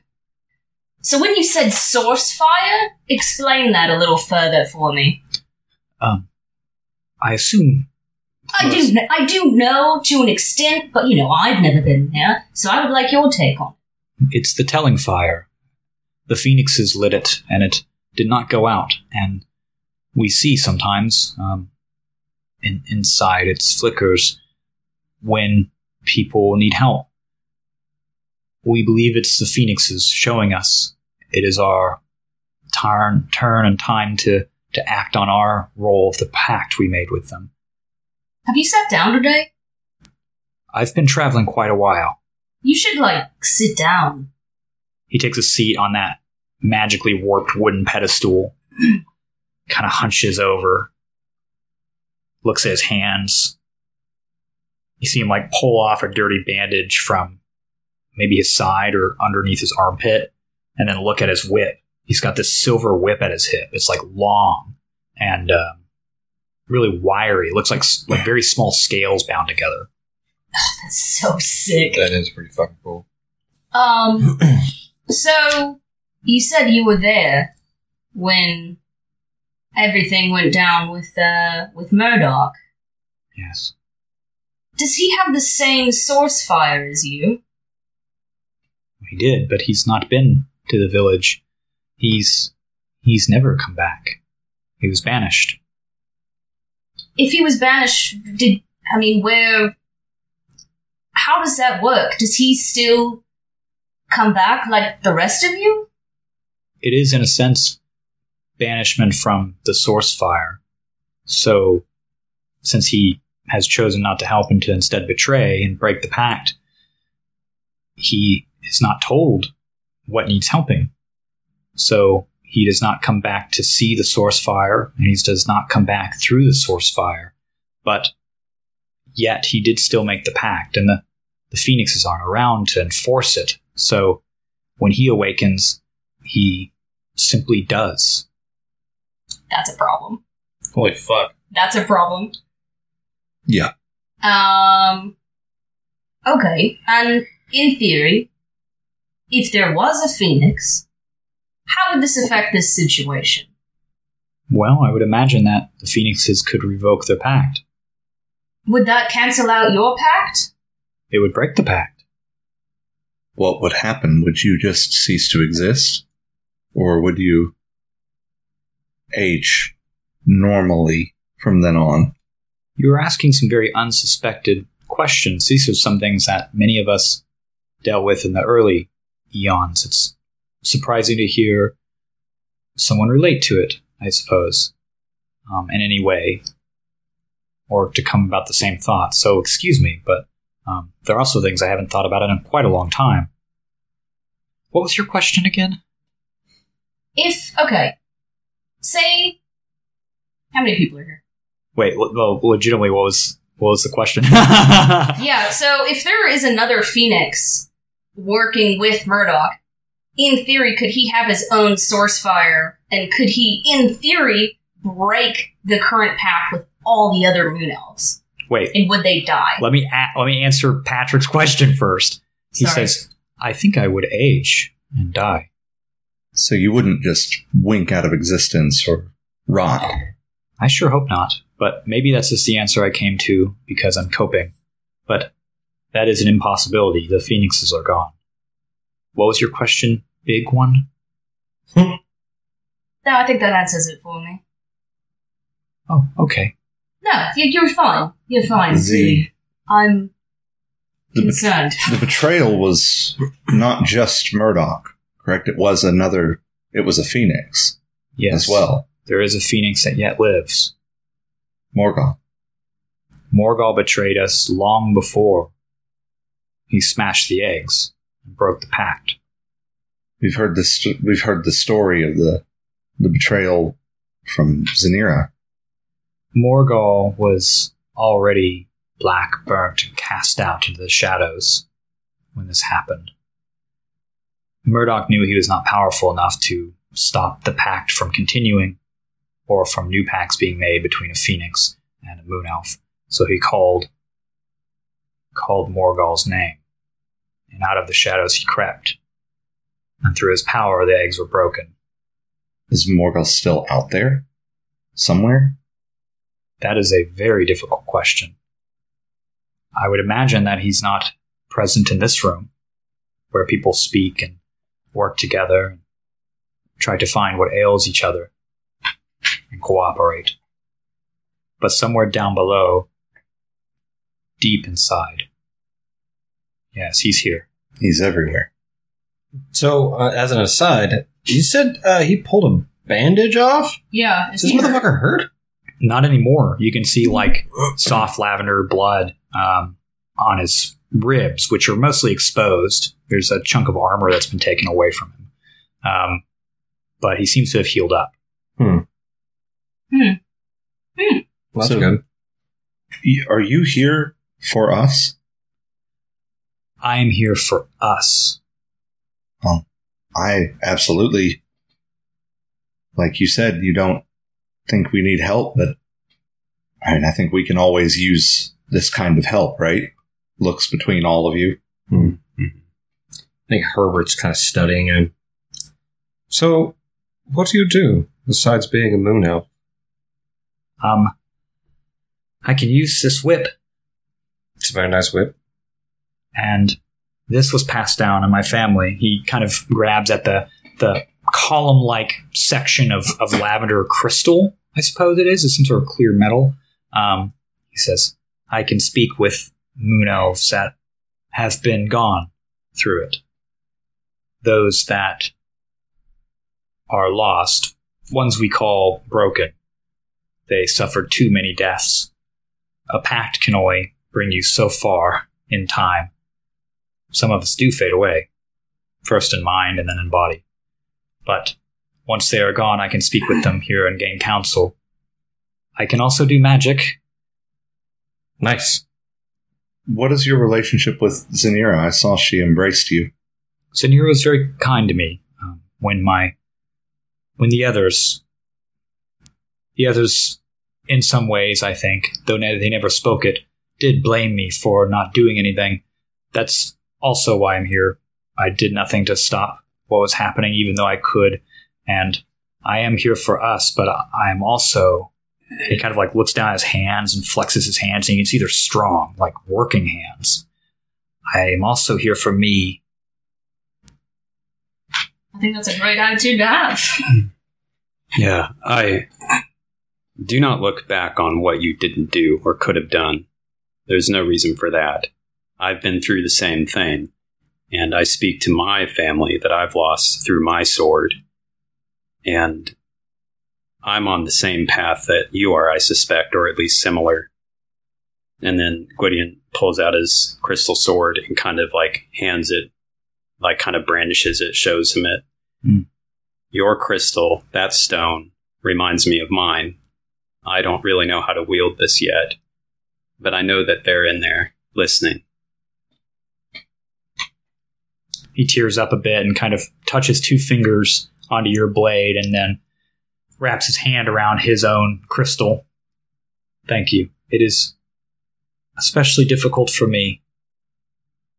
Speaker 1: So, when you said source fire, explain that a little further for me.
Speaker 2: Um, I assume
Speaker 1: I do, kn- I do know to an extent, but you know, I've never been there, so I would like your take on it.
Speaker 2: It's the telling fire. The phoenixes lit it, and it did not go out. And we see sometimes, um, in, inside its flickers, when people need help. We believe it's the phoenixes showing us. It is our turn, turn and time to, to act on our role of the pact we made with them.
Speaker 1: Have you sat down today?
Speaker 2: I've been traveling quite a while.
Speaker 1: You should, like, sit down.
Speaker 2: He takes a seat on that magically warped wooden pedestal, <clears throat> kind of hunches over, looks at his hands. You see him like pull off a dirty bandage from maybe his side or underneath his armpit, and then look at his whip. He's got this silver whip at his hip. It's like long and um, really wiry. It looks like s- like very small scales bound together.
Speaker 1: That's so sick.
Speaker 4: That is pretty fucking cool.
Speaker 1: Um, so, you said you were there when everything went down with, uh, with Murdoch.
Speaker 2: Yes.
Speaker 1: Does he have the same source fire as you?
Speaker 2: He did, but he's not been to the village. He's he's never come back. He was banished.
Speaker 1: If he was banished, did, I mean, where, how does that work? Does he still come back like the rest of you?
Speaker 2: It is in a sense banishment from the source fire. So since he has chosen not to help and to instead betray and break the pact, he is not told what needs helping. So he does not come back to see the source fire, and he does not come back through the source fire. But yet he did still make the pact, and the, the phoenixes aren't around to enforce it. So when he awakens, he simply does.
Speaker 1: That's a problem.
Speaker 4: Holy fuck.
Speaker 1: That's a problem.
Speaker 3: Yeah.
Speaker 1: Um. Okay, and in theory, if there was a phoenix, how would this affect this situation?
Speaker 2: Well, I would imagine that the phoenixes could revoke the pact.
Speaker 1: Would that cancel out your pact?
Speaker 2: They would break the pact.
Speaker 3: What would happen? Would you just cease to exist? Or would you age normally from then on?
Speaker 2: You were asking some very unsuspected questions. These are some things that many of us dealt with in the early eons. It's surprising to hear someone relate to it, I suppose, um, in any way, or to come about the same thought. So, excuse me, but um, there are also things I haven't thought about in quite a long time. What was your question again?
Speaker 1: If okay, say how many people are here?
Speaker 2: Wait, le- well, legitimately, what was what was the question?
Speaker 1: Yeah, so if there is another Phoenix working with Murdoch, in theory, could he have his own source fire? And could he, in theory, break the current pact with all the other moon elves?
Speaker 2: Wait,
Speaker 1: and would they die?
Speaker 2: let me a- let me answer Patrick's question first. He
Speaker 1: Sorry.
Speaker 2: says, "I think I would age and die."
Speaker 3: So you wouldn't just wink out of existence or rot.
Speaker 2: I sure hope not, but maybe that's just the answer I came to because I'm coping. But that is an impossibility. The phoenixes are gone. What was your question, big one?
Speaker 1: No, I think that answers it for me.
Speaker 2: Oh, okay.
Speaker 1: No, you- you're fine. You're fine.
Speaker 3: The
Speaker 1: I'm
Speaker 3: The-
Speaker 1: concerned.
Speaker 3: the betrayal was not just Murdoch, correct? It was another. It was a phoenix
Speaker 2: Yes.
Speaker 3: as well,
Speaker 2: There is a phoenix that yet lives.
Speaker 3: Morgoth.
Speaker 2: Morgal betrayed us long before he smashed the eggs and broke the pact.
Speaker 3: We've heard this. We've heard the story of the the betrayal from Zanira.
Speaker 2: Morgal was already black, burnt, and cast out into the shadows when this happened. Murdoch knew he was not powerful enough to stop the pact from continuing or from new pacts being made between a phoenix and a moon elf, so he called called Morgal's name. And out of the shadows he crept. And through his power the eggs were broken.
Speaker 3: Is Morgoth still out there, somewhere?
Speaker 2: That is a very difficult question. I would imagine that he's not present in this room, where people speak and work together and try to find what ails each other and cooperate. But somewhere down below, deep inside. Yes, he's here.
Speaker 3: He's everywhere.
Speaker 4: So, uh, as an aside, you said uh, he pulled a bandage off?
Speaker 1: Yeah. it's
Speaker 4: Is this
Speaker 1: here.
Speaker 4: motherfucker hurt?
Speaker 2: Not anymore. You can see like soft lavender blood um, on his ribs, which are mostly exposed. There's a chunk of armor that's been taken away from him, um, but he seems to have healed up.
Speaker 4: That's
Speaker 3: So-
Speaker 4: good.
Speaker 3: Y- Are you here for us?
Speaker 2: I am here for us.
Speaker 3: I absolutely, like you said, you don't think we need help, but I mean, I think we can always use this kind of help, right? Looks between all of you.
Speaker 4: I think Herbert's kind of studying him. So, what do you do besides being a moon elf?
Speaker 2: Um, I can use this whip,
Speaker 4: It's a very nice whip.
Speaker 2: and this was passed down in my family. He kind of grabs at the the column-like section of, of lavender crystal, I suppose it is. It's some sort of clear metal. Um, he says, I can speak with moon elves that have been gone through it. Those that are lost, ones we call broken. They suffered too many deaths. A pact can only bring you so far in time. Some of us do fade away, first in mind and then in body. But once they are gone, I can speak with them here and gain counsel. I can also do magic,
Speaker 4: Nice.
Speaker 3: What is your relationship with Zanira? I saw she embraced you.
Speaker 2: So Nero was very kind to me um, when my when the others the others in some ways I think though ne- they never spoke it did blame me for not doing anything. That's also why I'm here. I did nothing to stop what was happening even though I could and I am here for us but I- I'm also and he kind of like looks down at his hands and flexes his hands and you can see they're strong like working hands. I am also here for me
Speaker 1: I think that's a great attitude to have. <laughs>
Speaker 7: Yeah, I do not look back on what you didn't do or could have done. There's no reason for that. I've been through the same thing, and I speak to my family that I've lost through my sword. And I'm on the same path that you are, I suspect, or at least similar. And then Gwydion pulls out his crystal sword and kind of like hands it, like kind of brandishes it, shows him it your crystal, that stone, reminds me of mine. I don't really know how to wield this yet, but I know that they're in there listening.
Speaker 2: he tears up a bit and kind of touches two fingers onto your blade and then wraps his hand around his own crystal. Thank you. It is especially difficult for me.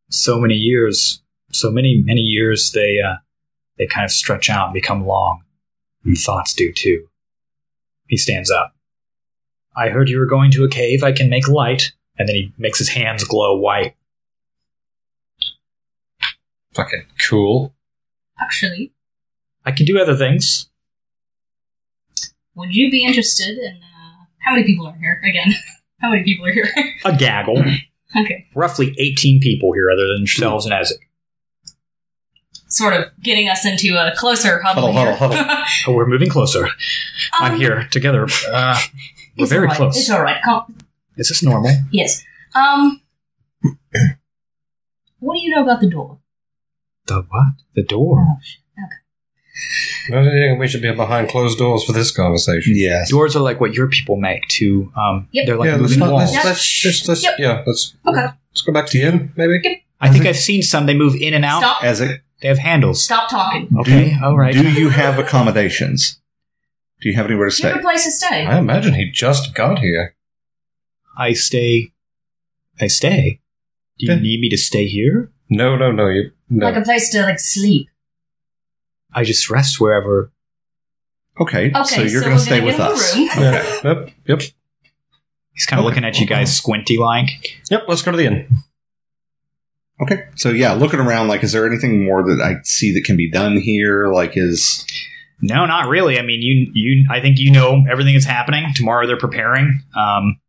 Speaker 2: So many years, so many many years, they uh, they kind of stretch out and become long. And thoughts do too. He stands up. I heard you were going to a cave. I can make light, and then he makes his hands glow white.
Speaker 4: Fucking cool.
Speaker 1: Actually,
Speaker 2: I can do other things.
Speaker 1: would you be interested in uh, how many people are here again? <laughs> How many people are here? <laughs>
Speaker 2: A gaggle,
Speaker 1: okay,
Speaker 2: roughly eighteen people here, other than yourselves and Ezek.
Speaker 1: sort of getting us into a closer huddle.
Speaker 3: Huddle, huddle,
Speaker 1: here. <laughs>
Speaker 2: Oh, we're moving closer. I'm
Speaker 1: Um,
Speaker 2: here together. Uh, we're
Speaker 1: it's
Speaker 2: very
Speaker 1: all right,
Speaker 2: close.
Speaker 1: It's all right. Come,
Speaker 2: Is this normal?
Speaker 1: Yes. Um. what do you know about the door?
Speaker 2: The what? The door.
Speaker 1: Oh, shit.
Speaker 4: I think we should be behind closed doors for this conversation.
Speaker 3: Yes.
Speaker 2: Doors are like what your people make to. Um,
Speaker 1: Yep.
Speaker 2: They're like
Speaker 4: yeah, let's,
Speaker 2: moving
Speaker 4: not,
Speaker 2: walls.
Speaker 4: let's, let's, let's, let's
Speaker 1: Yep.
Speaker 4: yeah, let's
Speaker 1: Okay.
Speaker 4: let's go back to Yin, maybe.
Speaker 1: Yep.
Speaker 2: I think I've seen some. They move in and out.
Speaker 1: Stop.
Speaker 3: As it,
Speaker 2: They have handles.
Speaker 1: eh, Stop talking.
Speaker 2: Okay. all right.
Speaker 3: do you have accommodations? Do you have anywhere to
Speaker 1: Do you
Speaker 3: stay?
Speaker 1: have a place to stay?
Speaker 4: I imagine he just got here.
Speaker 2: I stay. I stay. Do you
Speaker 4: Yeah.
Speaker 2: need me to stay here?
Speaker 4: No, no, no, you no.
Speaker 1: Like a place to like sleep.
Speaker 2: I just rest wherever.
Speaker 3: Okay,
Speaker 1: Okay.
Speaker 3: so you're
Speaker 1: we're
Speaker 3: going to stay
Speaker 1: get
Speaker 3: with
Speaker 1: him a
Speaker 3: us.
Speaker 1: room.
Speaker 4: Yeah. yep, yep,
Speaker 2: He's kind of
Speaker 3: Okay.
Speaker 2: looking at you guys squinty like.
Speaker 4: yep. Let's go to the inn.
Speaker 3: Okay, so yeah, looking around, like, is there anything more that I see that can be done here? Like, is
Speaker 2: No, not really. I mean, you, you. I think you know everything that's happening. Tomorrow they're preparing. Um,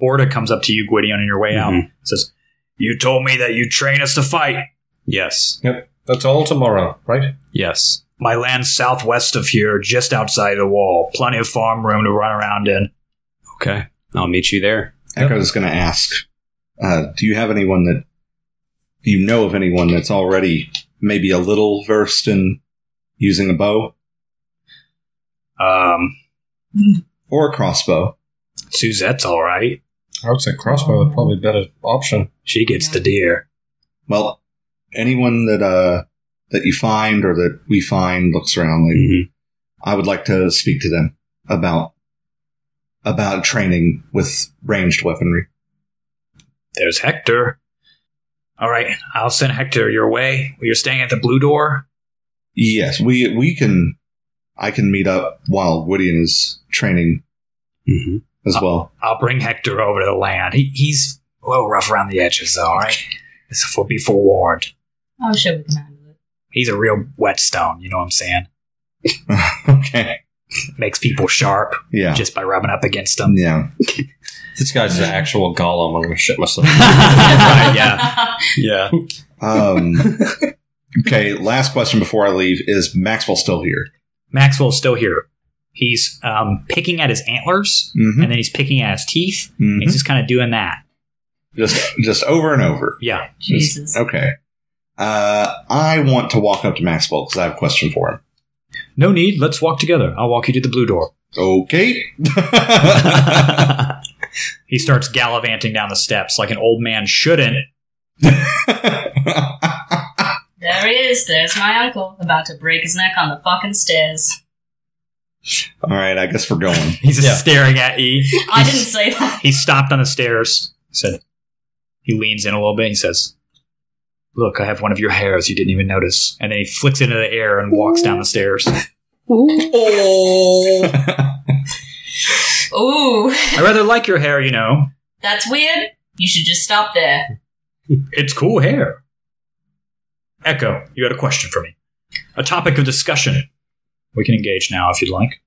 Speaker 2: Borda comes up to you, Gwydion, on your way out.
Speaker 7: Mhm.
Speaker 2: Says, "You told me that you train us to fight.
Speaker 7: Yes.
Speaker 4: That's all tomorrow, right?
Speaker 7: Yes.
Speaker 2: My land southwest of here, just outside the wall. Plenty of farm room to run around in.
Speaker 7: Okay. I'll meet you there.
Speaker 3: Echo is going to ask, uh, do you have anyone that do you know of anyone that's already maybe a little versed in using a bow
Speaker 2: Um,
Speaker 3: or a crossbow?
Speaker 2: Suzette's all right.
Speaker 4: I would say crossbow would probably be a better option.
Speaker 2: She gets the deer.
Speaker 3: Well, anyone that uh, that you find or that we find looks around, like,
Speaker 7: Mhm.
Speaker 3: I would like to speak to them about about training with ranged weaponry.
Speaker 2: There's Hector. All right, I'll send Hector your way. You're staying at the Blue Door.
Speaker 3: Yes, we we can. I can meet up while Woodian is training
Speaker 7: Mhm.
Speaker 3: as well. <laughs>
Speaker 2: I'll bring Hector over to the land. He, he's a little rough around the edges, all right? This will be forewarned.
Speaker 1: Oh, I'm sure we can handle it.
Speaker 2: He's a real whetstone, you know what I'm saying?
Speaker 3: okay.
Speaker 2: Makes people sharp
Speaker 3: Yeah.
Speaker 2: just by rubbing up against them.
Speaker 3: yeah.
Speaker 4: This guy's an actual golem. I'm gonna shit <laughs>
Speaker 2: <laughs>
Speaker 4: myself.
Speaker 2: Right, yeah.
Speaker 7: Yeah.
Speaker 3: Um,
Speaker 2: <laughs>
Speaker 3: okay. Last question before I leave is Maxwell still here?
Speaker 2: Maxwell's still here. He's um, picking at his antlers,
Speaker 3: Mm-hmm.
Speaker 2: and then he's picking at his teeth. and He's just kind of doing that.
Speaker 3: Just just over and over.
Speaker 2: Yeah.
Speaker 1: <laughs> Jesus.
Speaker 3: Okay. Uh, I want to walk up to Maxwell because I have a question for him.
Speaker 2: No need. Let's walk together. I'll walk you to the blue
Speaker 3: <laughs>
Speaker 2: door.
Speaker 3: Okay.
Speaker 2: He starts gallivanting down the steps like an old man shouldn't.
Speaker 1: There he is. There's my uncle about to break his neck on the fucking stairs.
Speaker 3: All right. I guess we're going.
Speaker 2: He's just
Speaker 4: Yeah.
Speaker 2: staring at E.
Speaker 1: <laughs> I didn't say that.
Speaker 2: He stopped on the stairs. He said, he leans in a little bit. And he says, "Look, I have one of your hairs. You didn't even notice." And then he flicks into the air and walks down the stairs.
Speaker 1: Ooh,
Speaker 2: I rather like your hair, you know.
Speaker 1: that's weird. You should just stop there.
Speaker 2: It's cool hair. Echo, you had a question for me. A topic of discussion. We can engage now if you'd like.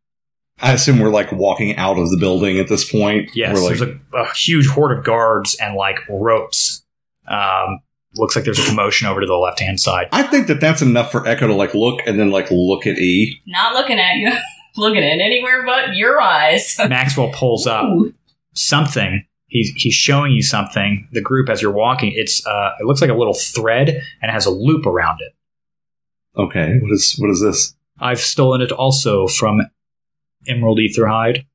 Speaker 3: I assume we're like walking out of the building at this point.
Speaker 2: Yes,
Speaker 3: We're like,
Speaker 2: there's a, a huge horde of guards and like ropes. Um, looks like there's a commotion over to the left hand side.
Speaker 3: I think that that's enough for Echo to like look and then like look at E.
Speaker 1: Not looking at you. <laughs> looking at anywhere but your eyes.
Speaker 2: Maxwell pulls
Speaker 1: <laughs>
Speaker 2: up
Speaker 1: Ooh.
Speaker 2: something. He's he's showing you something. The group as you're walking, it's uh, it looks like a little thread and it has a loop around it.
Speaker 3: Okay, what is what is this?
Speaker 2: I've stolen it also from Emerald Etherhide.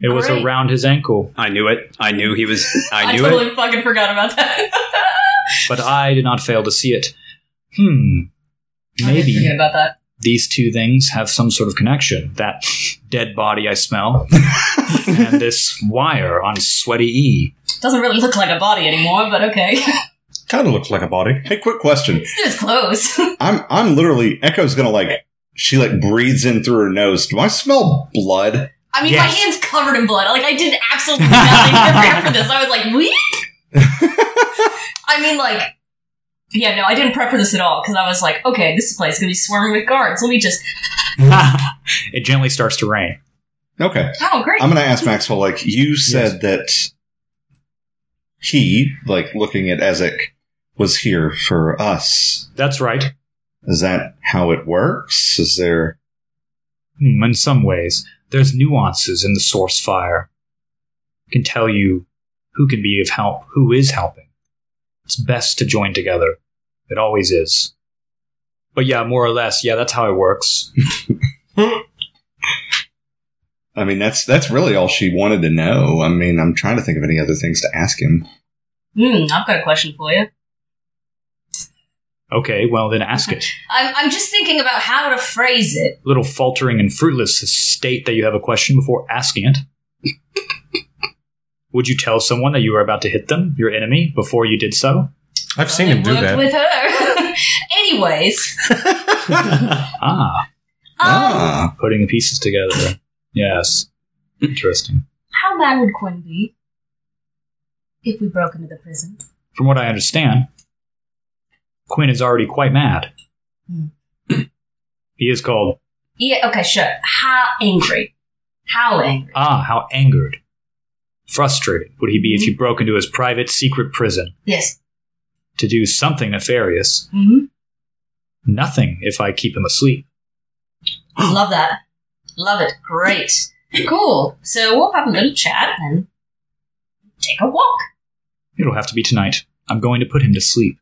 Speaker 2: It was
Speaker 1: Great.
Speaker 2: around his ankle,
Speaker 7: I knew it. I knew he was. I knew
Speaker 1: totally
Speaker 7: it.
Speaker 1: fucking forgot about that.
Speaker 2: but I did not fail to see it. Hmm.
Speaker 1: I
Speaker 2: Maybe
Speaker 1: forget about that.
Speaker 2: these two things have some sort of connection. That dead body I smell, and this wire on sweaty E. <laughs>
Speaker 1: Doesn't really look like a body anymore, but okay. <laughs>
Speaker 4: Kind of looks like a body.
Speaker 3: Hey, quick question.
Speaker 1: Still it's close.
Speaker 3: I'm I'm literally Echo's gonna like she like breathes in through her nose. Do I smell blood?
Speaker 1: <laughs> I mean, my
Speaker 9: Yes.
Speaker 1: hand's covered in blood. Like I did absolutely nothing to prep for this. I was like, "What?" I mean, like, yeah, no, I didn't prep for this at all because I was like, okay, this place is gonna be swarming with guards. Let me just.
Speaker 9: it gently starts to rain.
Speaker 3: Okay.
Speaker 1: Oh, great.
Speaker 3: I'm gonna ask Maxwell, like, you said that he, like looking at Ezek, was here for us.
Speaker 9: That's right.
Speaker 3: Is that how it works? Is there
Speaker 2: Hmm, in some ways, there's nuances in the source fire. It can tell you who can be of help, who is helping. It's best to join together. It always is. But yeah, more or less, yeah, that's how it works.
Speaker 3: I mean that's that's really all she wanted to know. I mean, I'm trying to think of any other things to ask him.
Speaker 1: Hmm, I've got a question for you.
Speaker 2: Okay, well then ask it.
Speaker 1: I'm, I'm just thinking about how to phrase it.
Speaker 2: Little faltering and fruitless to state that you have a question before asking it. Would you tell someone that you were about to hit them, your enemy, before you did so?
Speaker 4: I've seen
Speaker 1: It
Speaker 4: him do
Speaker 1: worked
Speaker 4: that.
Speaker 1: with her. <laughs> Anyways,
Speaker 2: Ah,
Speaker 1: um,
Speaker 3: ah.
Speaker 2: putting the pieces together. Yes. Interesting.
Speaker 1: how bad would Quinn be if we broke into the prison?
Speaker 2: From what I understand, Quinn is already quite mad.
Speaker 1: Hmm.
Speaker 2: he is called
Speaker 1: Yeah. Okay. Sure. How angry? How angry?
Speaker 2: Ah, how angered. Frustrated would he be if
Speaker 1: Hmm.
Speaker 2: you broke into his private secret prison
Speaker 1: Yes.
Speaker 2: to do something nefarious?
Speaker 1: Mm-hmm.
Speaker 3: <gasps>
Speaker 2: Nothing if I keep him asleep.
Speaker 1: Love that. Love it. Great. Cool. So we'll have a little chat and take a
Speaker 3: <gasps>
Speaker 1: walk.
Speaker 2: It'll have to be tonight. I'm going to put him to sleep.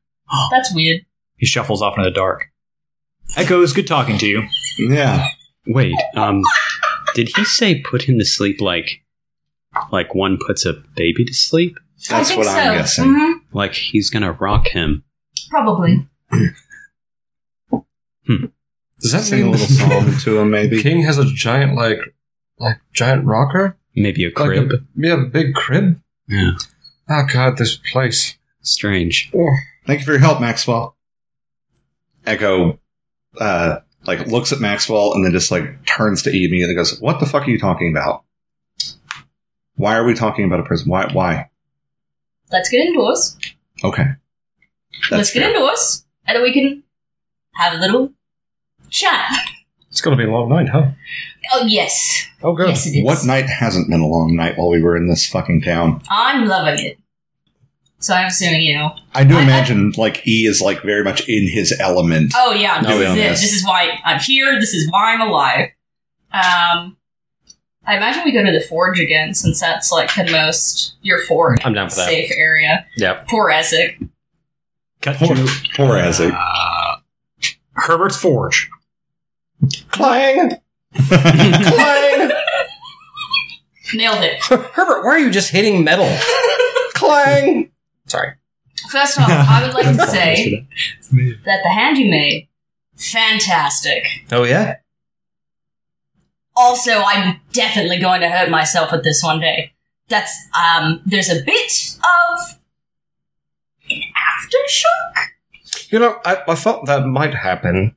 Speaker 1: That's weird.
Speaker 2: He shuffles off into the dark. Echoes, good talking to you.
Speaker 3: Yeah.
Speaker 7: Wait, um, did he say put him to sleep like, like one puts a baby to sleep?
Speaker 3: That's
Speaker 1: I think
Speaker 3: what
Speaker 1: so.
Speaker 3: I'm guessing.
Speaker 1: hmm
Speaker 7: Like he's gonna rock him.
Speaker 1: Probably.
Speaker 4: Does that
Speaker 3: Sing
Speaker 4: mean
Speaker 3: a little song to him,
Speaker 4: the <laughs>
Speaker 3: maybe.
Speaker 4: king has a giant, like, like giant rocker?
Speaker 7: Maybe a crib.
Speaker 4: Like a, yeah, a big crib?
Speaker 7: yeah.
Speaker 4: Oh, God, this place. Oh,
Speaker 7: Strange.
Speaker 3: Thank you for your help, Maxwell. Echo, uh, like looks at Maxwell and then just like turns to Amy and goes, "What the fuck are you talking about? Why are we talking about a prison? Why? Why?
Speaker 1: Let's get indoors.
Speaker 3: Okay,
Speaker 1: Let's get
Speaker 3: fair.
Speaker 1: indoors, and then we can have a little chat.
Speaker 4: It's going to be a long night, huh?
Speaker 1: Oh yes,
Speaker 4: Oh, good.
Speaker 1: yes it is.
Speaker 3: What night hasn't been a long night while we were in this fucking town?
Speaker 1: I'm loving it. So I'm assuming you know.
Speaker 3: I do
Speaker 1: I- I-
Speaker 3: imagine like E is like very much in his element.
Speaker 1: Oh yeah, this is
Speaker 3: Doing
Speaker 1: it.
Speaker 3: this.
Speaker 1: This is why I'm here. This is why I'm alive. Um, I imagine we go to the forge again, since that's like the most your forge.
Speaker 10: I'm down for that.
Speaker 1: safe area.
Speaker 10: Yep.
Speaker 1: Poor Essex.
Speaker 9: Cut
Speaker 3: Poor,
Speaker 9: to
Speaker 3: poor Isaac.
Speaker 9: Herbert's Forge.
Speaker 10: <laughs>
Speaker 4: Clang! Clang!
Speaker 1: Nailed it.
Speaker 10: Herbert, why are you just hitting metal?
Speaker 4: Clang!
Speaker 10: Sorry.
Speaker 1: First off, I would like to say that the hand you made, fantastic.
Speaker 10: Oh, yeah?
Speaker 1: Also, I'm definitely going to hurt myself with this one day. That's um. There's a bit of an aftershock.
Speaker 4: You know, I, I thought that might happen.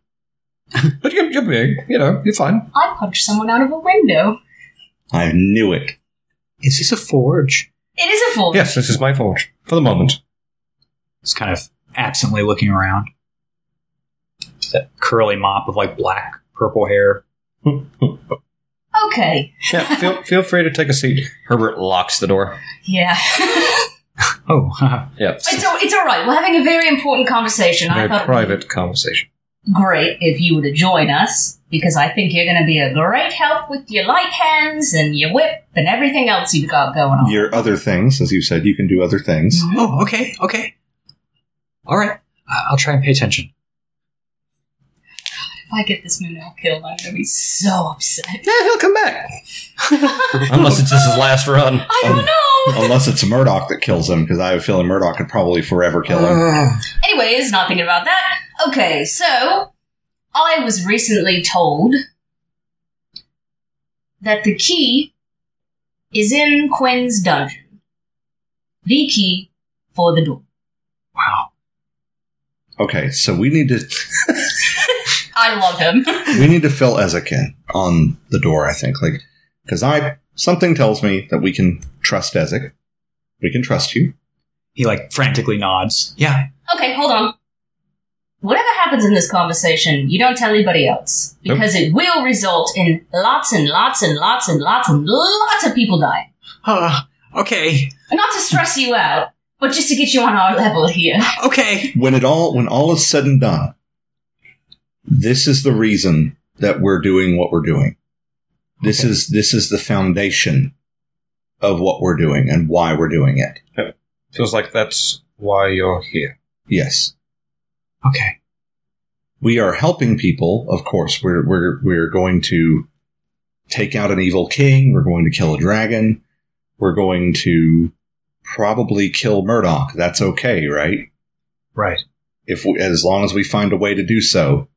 Speaker 4: But you're, you're big, you know, you're fine.
Speaker 1: I punched someone out of a window.
Speaker 3: I knew it.
Speaker 2: Is this a forge?
Speaker 1: It is a forge.
Speaker 4: Yes, this is my forge. For the moment.
Speaker 2: He's kind of absently looking around. That curly mop of like black, purple hair.
Speaker 1: Okay.
Speaker 4: Yeah, <laughs> feel, feel free to take a seat.
Speaker 10: Herbert locks the door.
Speaker 1: Yeah. <laughs>
Speaker 2: Oh,
Speaker 4: Yeah.
Speaker 1: it's all, it's all right. We're having a very important conversation. I <laughs>
Speaker 4: Very
Speaker 1: thought it would be
Speaker 4: private conversation.
Speaker 1: great if you were to join us because I think you're going to be a great help with your light hands and your whip and everything else you've got going on.
Speaker 3: Your other things, as you said, you can do other things.
Speaker 2: <laughs> oh, okay, okay. All right, I- I'll try and pay attention.
Speaker 1: If I get this moon elf killed, I'm going to be so
Speaker 4: <laughs>
Speaker 1: upset. <laughs>
Speaker 4: Yeah, he'll come back.
Speaker 10: Unless it's just his last run.
Speaker 1: I don't know.
Speaker 3: Unless it's Murdoch that kills him, because I have a feeling Murdoch could probably forever kill him.
Speaker 4: Ah,
Speaker 1: Anyways, not thinking about that. Okay, so I was recently told that the key is in Quinn's dungeon. the key for the door.
Speaker 3: Okay, so we need to <laughs>
Speaker 1: I love him. <laughs>
Speaker 3: we need to fill Ezekin on the door. I think, like, because I something tells me that we can trust Ezek. We can trust you.
Speaker 2: He like frantically nods. Yeah.
Speaker 1: okay, hold on. Whatever happens in this conversation, you don't tell anybody else
Speaker 4: Nope.
Speaker 1: because it will result in lots and lots and lots and lots and lots of people dying.
Speaker 2: Uh, okay.
Speaker 1: And Not to stress you out, but just to get you on our <laughs> level here.
Speaker 2: Okay.
Speaker 3: When it all when all is said and done, this is the reason that we're doing what we're doing. This is this is the foundation of what we're doing and why we're doing it.
Speaker 4: Feels like that's why you're here.
Speaker 3: Yes.
Speaker 2: Okay.
Speaker 3: we are helping people. Of course, we're we're we're going to take out an evil king. We're going to kill a dragon. We're going to probably kill Murdoch. That's okay, right?
Speaker 8: Right.
Speaker 3: If we, as long as we find a way to do so,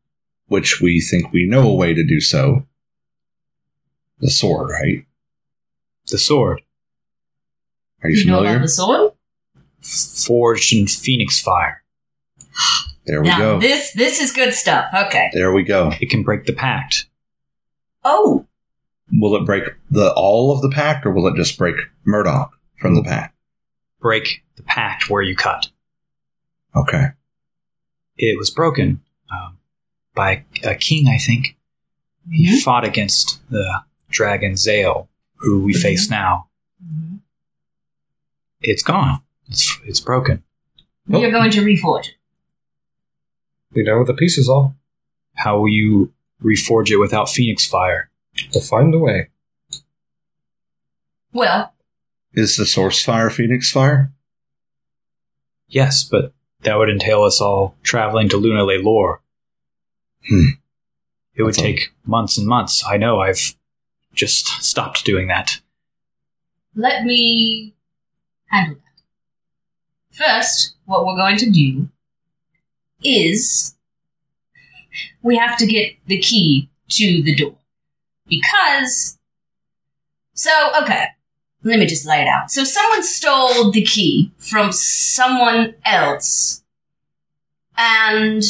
Speaker 3: which we think we know a way to do so, the sword, right?
Speaker 8: The sword,
Speaker 3: Are you
Speaker 1: know about
Speaker 3: familiar?
Speaker 1: the sword?
Speaker 8: forged in phoenix fire.
Speaker 3: There we
Speaker 1: now,
Speaker 3: go.
Speaker 1: this this is good stuff. Okay.
Speaker 3: There we go.
Speaker 8: It can break the pact.
Speaker 1: Oh,
Speaker 3: Will it break the all of the pact, or will it just break Murdoch from the pact?
Speaker 8: Break the pact where you cut.
Speaker 3: Okay.
Speaker 8: It was broken um, by a king, I think. He fought against the dragon Zael, who we face now. It's gone. It's, it's broken.
Speaker 4: Well-
Speaker 3: Oh.
Speaker 1: you're going to reforge it.
Speaker 4: We know where the pieces are.
Speaker 8: How will you reforge it without phoenix fire?
Speaker 4: We'll find a way.
Speaker 1: Well,
Speaker 3: Is the source fire Phoenix fire?
Speaker 8: Yes, but that would entail us all traveling to Luna Lore.
Speaker 3: Hmm.
Speaker 8: It would
Speaker 3: That's all.
Speaker 8: take months and months. I know. I've just stopped doing that.
Speaker 1: let me handle that. First, what we're going to do is we have to get the key to the door. Because. So, okay. Let me just lay it out. So, someone stole the key from someone else. And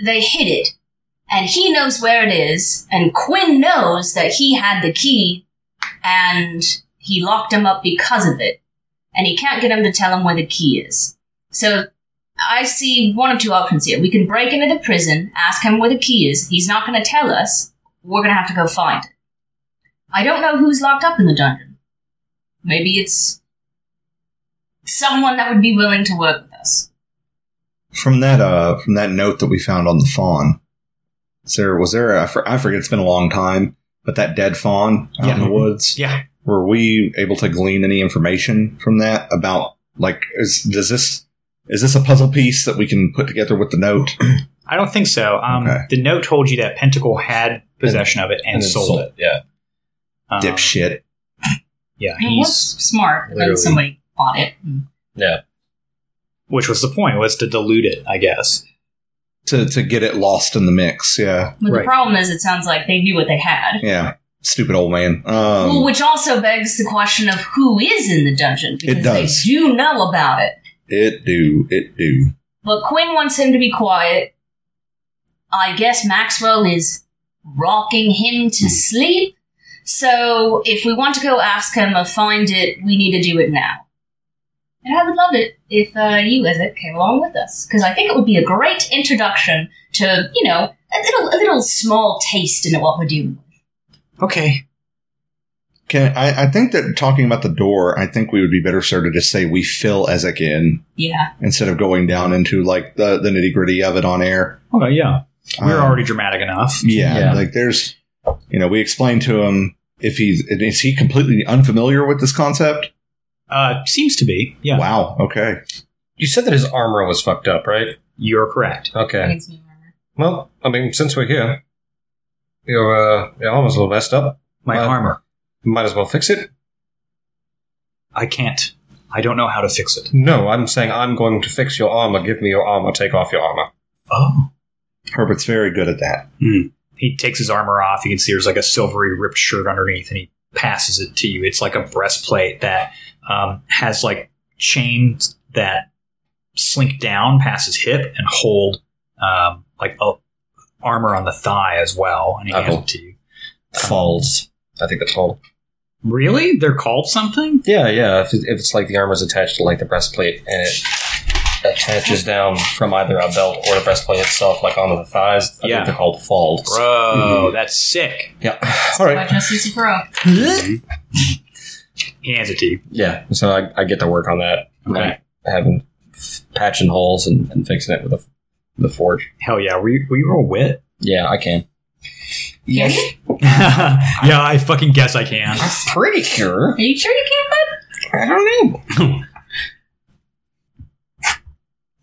Speaker 1: they hid it. And he knows where it is. And Quinn knows that he had the key. And he locked him up because of it. And he can't get him to tell him where the key is. So I see one of two options here. We can break into the prison, ask him where the key is. He's not going to tell us. We're going to have to go find it. I don't know who's locked up in the dungeon. Maybe it's someone that would be willing to work with us.
Speaker 3: From that uh from that note that we found on the fawn, is there was there a, I for- I forget it's been a long time, but that dead fawn out in
Speaker 2: Yeah.
Speaker 3: the woods.
Speaker 2: Yeah.
Speaker 3: Were we able to glean any information from that about like is does this is this a puzzle piece that we can put together with the note?
Speaker 2: Uh-huh. I don't think so. Um,
Speaker 3: Okay.
Speaker 2: The note told you that Pentacle had possession of it and,
Speaker 4: and then
Speaker 2: sold,
Speaker 4: sold
Speaker 2: it. Yeah.
Speaker 3: Dipshit.
Speaker 2: Yeah.
Speaker 1: It was
Speaker 2: He's,
Speaker 1: smart, but then
Speaker 10: literally-
Speaker 1: somebody bought it. and-
Speaker 2: which was the point was to dilute it, I guess.
Speaker 3: To to get it lost in the mix, yeah.
Speaker 1: But
Speaker 2: Right.
Speaker 1: the problem is, it sounds like they knew what they had.
Speaker 3: Yeah. Stupid old man.
Speaker 1: well,
Speaker 3: Um
Speaker 1: which also begs the question of who is in the dungeon because
Speaker 3: does.
Speaker 1: they do know about it.
Speaker 3: it do, it do.
Speaker 1: But Quinn wants him to be quiet. I guess Maxwell is rocking him to sleep. So if we want to go ask him or find it, we need to do it now. And I would love it if uh, you, Ezek, came along with us because I think it would be a great introduction to you know a little a little small taste into what we're doing.
Speaker 8: Okay.
Speaker 3: Can I, I think that talking about the door, I think we would be better served to just say we fill Ezek in
Speaker 1: Yeah,
Speaker 3: instead of going down into like the, the nitty gritty of it on air.
Speaker 8: Oh yeah. We're
Speaker 2: Uh,
Speaker 3: Um,
Speaker 8: already dramatic enough.
Speaker 3: yeah,
Speaker 10: Yeah.
Speaker 3: like there's, you know, we explained to him if he's and is he completely unfamiliar with this concept?
Speaker 8: Uh, seems to be. Yeah.
Speaker 3: Wow. Okay.
Speaker 10: You said that his armor was fucked up, right?
Speaker 8: You're correct.
Speaker 10: Okay.
Speaker 1: Makes me remember.
Speaker 4: Well, I mean, since we're here, your uh, your armor's a little messed up.
Speaker 8: My
Speaker 4: Uh,
Speaker 8: armor.
Speaker 4: Might as well fix it.
Speaker 8: I can't. I don't know how to fix it.
Speaker 4: No, I'm saying I'm going to fix your armor. Give me your armor. Take off your armor.
Speaker 8: Oh.
Speaker 3: Herbert's very good at that.
Speaker 8: He takes his armor off. You can see there's like a silvery ripped shirt underneath, and he passes it to you. It's like a breastplate that um, has like
Speaker 2: chains that slink down past his hip and hold um, like a armor on the thigh as well. And he hands
Speaker 10: Buckle.
Speaker 2: it to you.
Speaker 10: Falls. I think that's called.
Speaker 2: Really? They're called something?
Speaker 10: Yeah, yeah. If, it, if it's like the armor's attached to like the breastplate and it attaches down from either a belt or the breastplate itself, like onto the thighs, I
Speaker 2: Yeah.
Speaker 10: think they're called falls.
Speaker 2: Bro, that's sick.
Speaker 10: Yeah. All
Speaker 1: I just use a pro.
Speaker 2: He hands it to you.
Speaker 10: Yeah. So I, I get to work on that. I'm
Speaker 2: Okay.
Speaker 10: not having patching holes and, and fixing it with the the forge.
Speaker 2: Hell yeah. Were you, were you real wit? <laughs>
Speaker 10: Yeah, I can.
Speaker 1: Yes.
Speaker 2: yeah, I fucking guess I can.
Speaker 10: Pretty sure.
Speaker 1: Are you sure you can't, bud?
Speaker 10: I don't know. <laughs>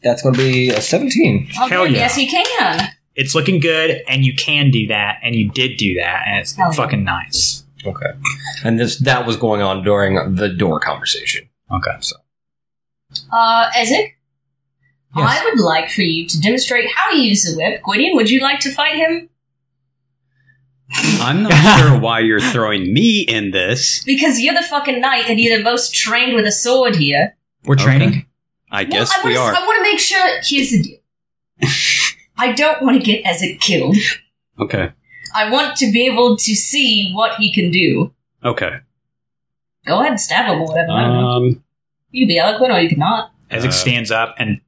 Speaker 10: That's going to be a 17.
Speaker 1: I'll be
Speaker 2: Hell
Speaker 1: like,
Speaker 2: yeah.
Speaker 1: Yes, you can.
Speaker 2: It's looking good, and you can do that, and you did do that, and it's
Speaker 1: Hell yeah.
Speaker 2: fucking nice.
Speaker 10: Okay. And this that was going on during the door conversation.
Speaker 2: Okay.
Speaker 10: So
Speaker 1: Uh, Ezek?
Speaker 2: Yes.
Speaker 1: I would like for you to demonstrate how you use the whip. Gwydion, would you like to fight him?
Speaker 7: I'm not sure why you're throwing me in this.
Speaker 1: Because you're the fucking knight and you're the most trained with a sword here.
Speaker 2: We're training.
Speaker 7: I guess
Speaker 1: I
Speaker 7: we
Speaker 1: wanna-
Speaker 7: are.
Speaker 1: I want to make sure. Here's the deal.
Speaker 7: <laughs>
Speaker 1: I don't want to get Ezek killed.
Speaker 7: Okay.
Speaker 1: I want to be able to see what he can do.
Speaker 7: Okay.
Speaker 1: Go ahead and stab him or whatever. I don't know.
Speaker 7: Um,
Speaker 1: You can be eloquent or you cannot. <laughs>
Speaker 2: Ezek
Speaker 7: Uh,
Speaker 2: stands up and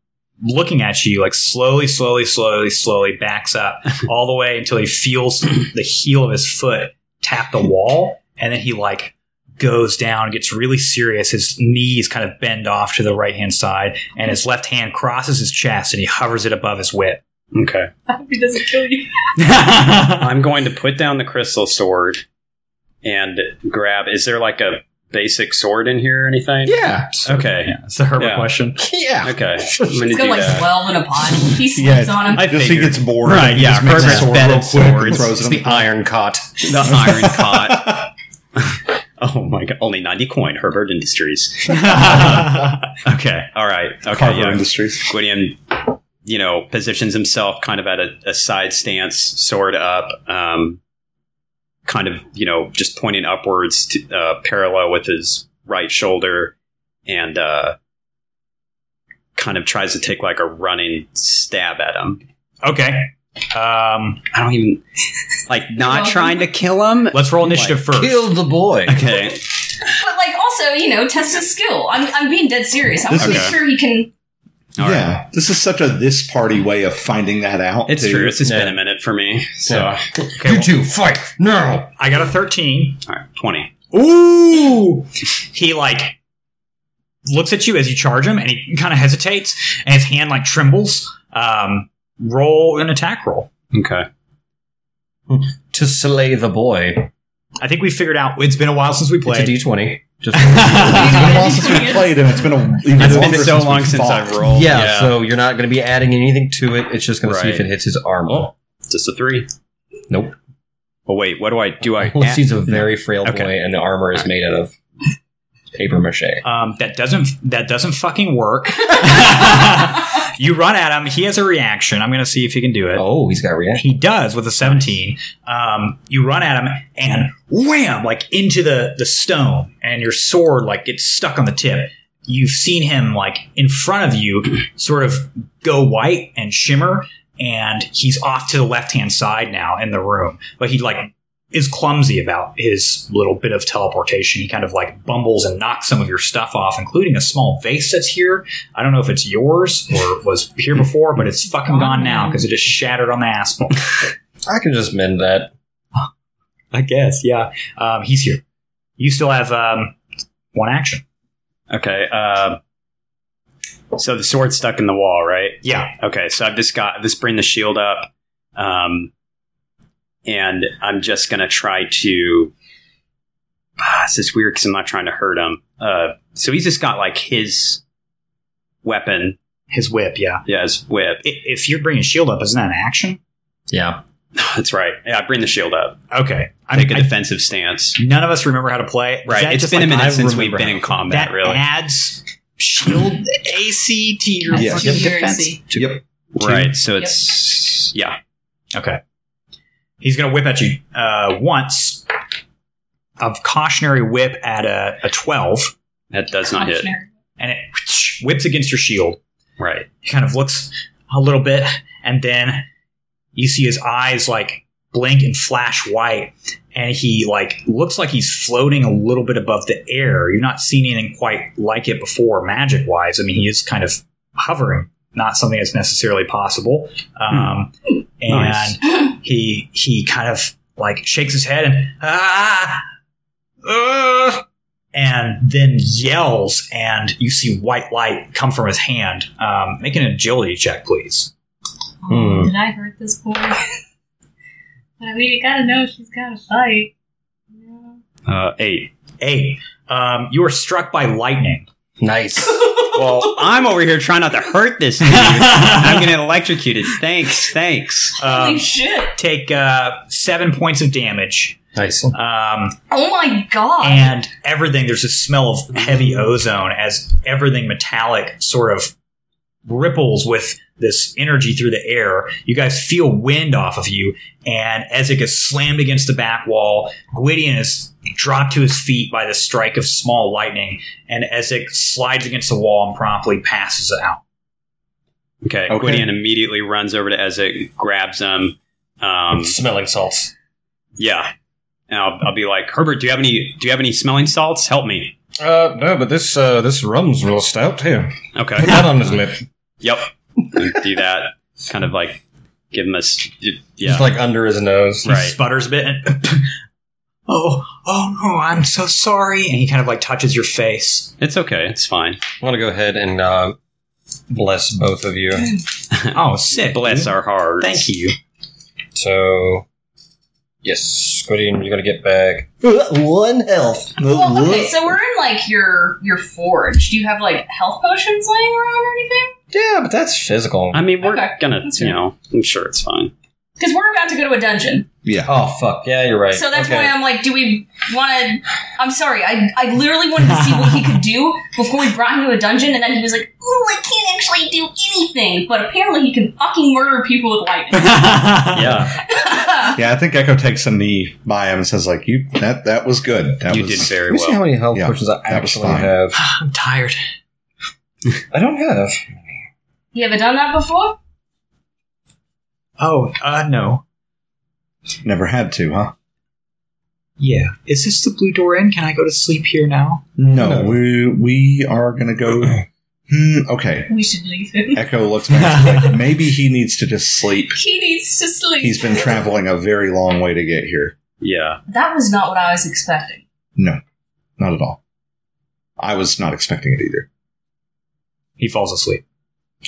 Speaker 2: looking at you, like slowly, slowly, slowly, slowly backs <laughs> up all the way until he feels the heel of his foot tap the wall, and then he like goes down, gets really serious. His knees kind of bend off to the right hand side, and his left hand crosses his chest and he hovers it above his whip.
Speaker 7: okay. <laughs>
Speaker 1: I hope he doesn't kill you.
Speaker 7: I'm going to put down the crystal sword and grab. Is there like a basic sword in here or anything?
Speaker 10: Yeah.
Speaker 7: Okay.
Speaker 2: it's the Herbert
Speaker 7: Yeah.
Speaker 2: question.
Speaker 10: Yeah.
Speaker 7: Okay. I'm going to
Speaker 1: He's
Speaker 7: do
Speaker 1: got like
Speaker 7: that.
Speaker 1: 12 in a pot.
Speaker 7: <laughs>
Speaker 1: He slips on him.
Speaker 7: I
Speaker 3: just
Speaker 7: figured.
Speaker 3: he gets bored.
Speaker 2: <laughs> Right,
Speaker 3: He
Speaker 2: yeah,
Speaker 3: just makes
Speaker 2: Herbert's
Speaker 3: a sword
Speaker 2: bad
Speaker 3: real
Speaker 2: at
Speaker 3: quick and
Speaker 2: swords.
Speaker 3: throws
Speaker 10: It's
Speaker 3: it.
Speaker 10: the iron cot.
Speaker 7: <laughs> the iron pot. <laughs> oh my god! Only ninety coin. Herbert <laughs> Industries.
Speaker 2: <laughs>
Speaker 7: Okay. All right. Okay.
Speaker 3: Carver
Speaker 7: yeah.
Speaker 3: Industries.
Speaker 7: Gwydion, you know, positions himself kind of at a, a side stance, sword up, um, kind of, you know, just pointing upwards, to, uh, parallel with his right shoulder, and uh, kind of tries to take like a running stab at him.
Speaker 2: Okay. Um,
Speaker 7: I don't even like not
Speaker 1: Well-
Speaker 7: trying to kill him.
Speaker 2: let's roll initiative first.
Speaker 10: Kill the boy.
Speaker 7: Okay.
Speaker 1: But like, also, you know, test his skill. I'm, I'm being dead serious. I'm
Speaker 3: This
Speaker 1: pretty
Speaker 7: is-
Speaker 1: sure he can.
Speaker 7: All right.
Speaker 3: yeah, this is such a this party way of finding that out.
Speaker 7: It's
Speaker 3: too.
Speaker 7: true. It's just
Speaker 10: Yeah.
Speaker 7: been a minute for me. So,
Speaker 2: Okay, well,
Speaker 10: two, fight. No.
Speaker 2: I got a 13.
Speaker 7: all right, 20.
Speaker 2: Ooh! <laughs> He like looks at you as you charge him, and he kind of hesitates, and his hand like trembles. Um, roll an attack roll.
Speaker 7: Okay.
Speaker 10: To slay the boy.
Speaker 2: I think we figured out it's been a while since we played. <laughs>
Speaker 10: It's a d20. <laughs> Just
Speaker 3: It's been a while
Speaker 1: Yeah.
Speaker 3: since we played, and it's been a even
Speaker 7: It's
Speaker 3: longer
Speaker 7: been so
Speaker 3: since we
Speaker 7: long since
Speaker 3: fought.
Speaker 7: I've rolled.
Speaker 10: yeah, so you're not going to be adding anything to it. It's just going to see if
Speaker 7: Right.
Speaker 10: it hits his arm.
Speaker 7: Oh. just a three.
Speaker 10: Nope.
Speaker 7: Well, wait. What do I do?
Speaker 2: <laughs>
Speaker 7: I
Speaker 10: Unless he's a very frail
Speaker 7: Okay.
Speaker 10: boy and the armor is made out of paper mache.
Speaker 2: um, that doesn't that doesn't fucking work. <laughs> you run at him. He has a reaction. I'm going to see if he can do it.
Speaker 10: Oh, he's got reaction.
Speaker 2: He does with a 17. Um, you run at him and wham, like into the, the stone, and your sword like gets stuck on the tip. You've seen him like in front of you <clears throat> sort of go white and shimmer, and he's off to the left hand side now in the room. But he like is clumsy about his little bit of teleportation. He kind of like bumbles and knocks some of your stuff off, including a small vase that's here. I don't know if it's yours
Speaker 7: <laughs>
Speaker 2: or was here before, but it's fucking gone now because it just shattered on the asphalt.
Speaker 7: <laughs>
Speaker 10: I can just mend that.
Speaker 2: I guess, yeah. Um, he's here. You still have um, one action.
Speaker 7: okay. Uh, so the sword's stuck in the wall, right?
Speaker 2: Yeah.
Speaker 7: Okay. So I've just got. Let's bring the shield up, um, and I'm just gonna try to. Ah, this is weird because I'm not trying to hurt him. Uh, so he's just got like his weapon,
Speaker 2: His whip, yeah.
Speaker 7: yeah, his whip.
Speaker 2: I- If you're bringing shield up, isn't that an action?
Speaker 10: Yeah.
Speaker 7: That's right. Yeah, I bring the shield up.
Speaker 2: Okay. I
Speaker 7: Take
Speaker 2: mean,
Speaker 7: a
Speaker 2: I-
Speaker 7: defensive stance.
Speaker 2: none of us remember how to play it. Is
Speaker 7: Right.
Speaker 2: that
Speaker 7: It's
Speaker 2: just
Speaker 7: been
Speaker 2: like-
Speaker 7: a minute
Speaker 2: I
Speaker 7: since we've
Speaker 2: remember
Speaker 7: been
Speaker 2: how-
Speaker 7: in combat.
Speaker 2: That
Speaker 7: really.
Speaker 2: adds shield AC to your
Speaker 1: Yes.
Speaker 2: fucking
Speaker 1: Yep.
Speaker 2: defense.
Speaker 3: Yep.
Speaker 7: Right. So it's yeah.
Speaker 2: Okay. He's going to whip at you uh, once of cautionary whip at a, a 12.
Speaker 7: That does not hit.
Speaker 1: Cautionary.
Speaker 2: and it whips against your shield.
Speaker 7: Right.
Speaker 2: He kind of looks a little bit, and then you see his eyes like blink and flash white, and he like looks like he's floating a little bit above the air. You've not seen anything quite like it before, magic wise. I mean, he is kind of hovering, not something that's necessarily possible. Um, And
Speaker 7: Nice.
Speaker 2: he he kind of like shakes his head and ah. Uh, and then yells, and you see white light come from his hand. Um, make an agility check, please.
Speaker 1: Oh, Did I hurt this boy? <laughs> but I mean, you gotta know she's gotta fight. Yeah.
Speaker 7: Uh, eight.
Speaker 2: Eight. Um, you are struck by lightning.
Speaker 10: Nice.
Speaker 7: Well, I'm over here trying not to hurt this <laughs> dude. I'm going to electrocute it. Thanks. Thanks.
Speaker 2: Um,
Speaker 1: Holy shit!
Speaker 2: take uh, seven points of damage,
Speaker 10: nice.
Speaker 2: um,
Speaker 1: Oh my god!
Speaker 2: and everything. There's a smell of heavy ozone as everything metallic sort of ripples with this energy through the air. You guys feel wind off of you, and as it gets slammed against the back wall, Gwydion is dropped to his feet by the strike of small lightning, and as it slides against the wall and promptly passes out.
Speaker 7: Okay.
Speaker 3: Okay.
Speaker 7: Gwydion immediately runs over to Ezek, grabs him. Um,
Speaker 10: Smelling salts.
Speaker 7: yeah. And I'll, I'll be like, Herbert, do you have any? Do you have any smelling salts? Help me.
Speaker 4: Uh, no, but this uh, this rum's real stout here. Put
Speaker 10: <laughs>
Speaker 7: Okay.
Speaker 4: that on his lip.
Speaker 7: yep. do that. Kind of like give him a. s- Yeah.
Speaker 10: Just like under his nose.
Speaker 2: He
Speaker 7: Right.
Speaker 2: sputters a bit and <coughs> Oh, oh no, I'm so sorry. And he kind of like touches your
Speaker 7: <laughs>
Speaker 2: face.
Speaker 7: it's okay. It's fine.
Speaker 10: I want to go ahead and uh, bless both of you.
Speaker 2: Oh, sick.
Speaker 7: Bless our hearts.
Speaker 2: Thank you.
Speaker 10: So, yes, Squiddy, you're going to get back one health.
Speaker 1: well, okay, so we're in like your your forge. Do you have like health potions laying around or anything?
Speaker 10: Yeah, but that's physical.
Speaker 7: I mean, we're
Speaker 1: Okay.
Speaker 7: gonna.
Speaker 1: That's
Speaker 7: You
Speaker 1: fair.
Speaker 7: know, I'm sure it's
Speaker 10: <laughs>
Speaker 7: fine.
Speaker 1: Because we're about to go to a dungeon.
Speaker 10: oh, fuck. Yeah, you're right.
Speaker 1: So that's
Speaker 10: Okay.
Speaker 1: why I'm like, do we want to? I'm sorry, I, I literally wanted to see what he could
Speaker 10: <laughs>
Speaker 1: do before we brought him to a dungeon, and then he was like, "Ooh, I can't actually do anything," but apparently he can fucking murder people with
Speaker 10: <laughs>
Speaker 1: lightning.
Speaker 7: Yeah,
Speaker 3: Yeah, I think Echo takes a knee by him and says, "Like you, that that was good. That
Speaker 7: you
Speaker 3: was,
Speaker 7: did very
Speaker 10: Let me see how
Speaker 7: well.
Speaker 10: many health
Speaker 3: Yeah,
Speaker 10: potions I
Speaker 3: that was
Speaker 10: actually
Speaker 3: fine.
Speaker 10: have.
Speaker 2: I'm tired.
Speaker 10: I don't have.
Speaker 1: you ever done that before?
Speaker 2: Oh, uh no.
Speaker 3: Never had to, huh?
Speaker 2: Yeah. Is this the blue door in? Can I go to sleep here now?
Speaker 3: No, we we are gonna go. hmm, okay.
Speaker 1: We should leave him.
Speaker 3: Echo looks back. she's <laughs> like, Maybe he needs to just sleep.
Speaker 1: <laughs> He needs to sleep.
Speaker 3: He's been traveling a very long way to get here.
Speaker 7: Yeah,
Speaker 1: that was not what I was expecting.
Speaker 3: No, not at all. I was not expecting it either.
Speaker 2: He falls asleep.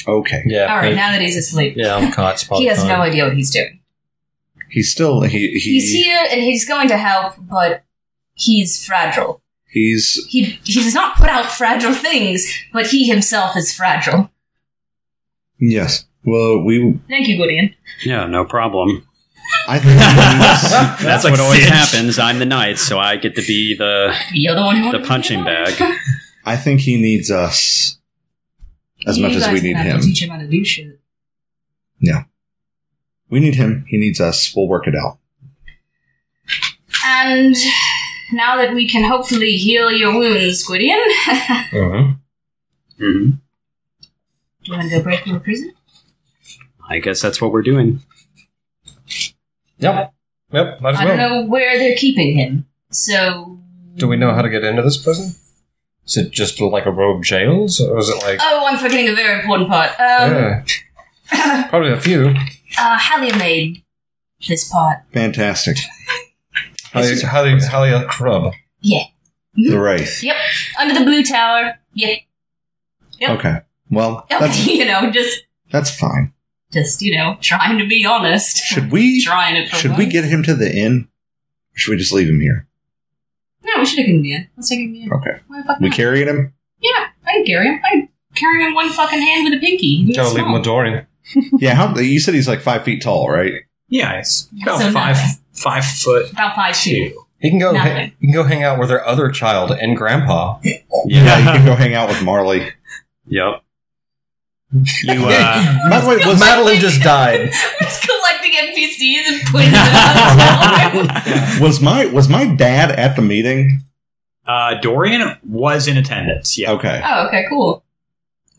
Speaker 3: Okay,
Speaker 10: Yeah.
Speaker 1: All right,
Speaker 10: but-
Speaker 1: now that he's asleep,
Speaker 10: yeah, I'm caught. Spot
Speaker 1: he has
Speaker 10: on.
Speaker 1: no idea what he's doing.
Speaker 3: he's still he, he
Speaker 1: He's here and he's going to help, but he's fragile.
Speaker 3: he's
Speaker 1: He he does not put out fragile things, but he himself is fragile.
Speaker 3: yes. Well, we
Speaker 1: Thank you, Gwydion.
Speaker 7: yeah, no problem.
Speaker 3: I think <laughs> we
Speaker 7: That's, what always happens. I'm the knight, so I get to be the
Speaker 1: You're the one who
Speaker 7: the
Speaker 1: wanted to
Speaker 7: punching
Speaker 1: be alone.
Speaker 7: bag.
Speaker 3: I think he needs us as
Speaker 1: You
Speaker 3: much as
Speaker 1: guys
Speaker 3: we
Speaker 1: are
Speaker 3: need
Speaker 1: gonna have
Speaker 3: him.
Speaker 1: To teach him how to do shit.
Speaker 3: We need him. He needs us. We'll work it out.
Speaker 1: And now that we can hopefully heal your wounds, Gwydion, <laughs>
Speaker 4: Mm-hmm.
Speaker 10: Mhm.
Speaker 7: hmm
Speaker 1: do you want to go break from a prison?
Speaker 7: I guess that's what we're doing.
Speaker 10: Yep. Yep. Might as
Speaker 1: I don't
Speaker 10: well.
Speaker 1: know where they're keeping him. So
Speaker 10: Do we know how to get into this prison? Is it just like a rogue jails, or is it like
Speaker 1: Oh, I'm forgetting a very important part. Um, <coughs>
Speaker 10: yeah. probably a few?
Speaker 1: uh, Hallia made this part.
Speaker 3: Fantastic.
Speaker 10: Hallie, Hallie, Hallie Crub.
Speaker 3: The Wraith.
Speaker 1: Yep, under the blue tower. <laughs> Yep. Yep.
Speaker 3: Okay. Well, that's
Speaker 1: you know, just
Speaker 3: that's fine.
Speaker 1: just you know, trying to be honest.
Speaker 3: Should
Speaker 1: <laughs>
Speaker 3: we
Speaker 1: trying it. For
Speaker 3: should we
Speaker 1: once.
Speaker 3: get him to the inn? Or should we just leave him here?
Speaker 1: No, we should have given him the end. Let's take him the end.
Speaker 3: Okay.
Speaker 1: Why the fuck
Speaker 3: We
Speaker 1: not?
Speaker 3: carrying him?
Speaker 1: Yeah, I can carry him. I can carry him in one fucking hand with a pinky. It's
Speaker 10: Don't leave him
Speaker 1: small.
Speaker 10: a Dory.
Speaker 3: Yeah. How, you said he's like five feet tall, right?
Speaker 2: Yeah, it's about
Speaker 1: So
Speaker 2: five
Speaker 1: nothing.
Speaker 2: five foot
Speaker 1: About five two.
Speaker 2: two.
Speaker 10: He can go.
Speaker 1: Nothing.
Speaker 10: He can go hang out with their other child and grandpa.
Speaker 3: Yeah. You can go hang out with Marley.
Speaker 7: Yep.
Speaker 2: You
Speaker 3: <laughs>
Speaker 2: uh
Speaker 3: By the way, was
Speaker 10: Madeline
Speaker 3: <laughs>
Speaker 10: just died.
Speaker 1: We're <laughs> just collecting NPCs
Speaker 3: <laughs>
Speaker 1: and putting them in the <laughs> tower.
Speaker 3: was my was my dad at the meeting?
Speaker 2: Uh, Dorian was in attendance. Yeah.
Speaker 3: Okay.
Speaker 1: Oh, okay, cool.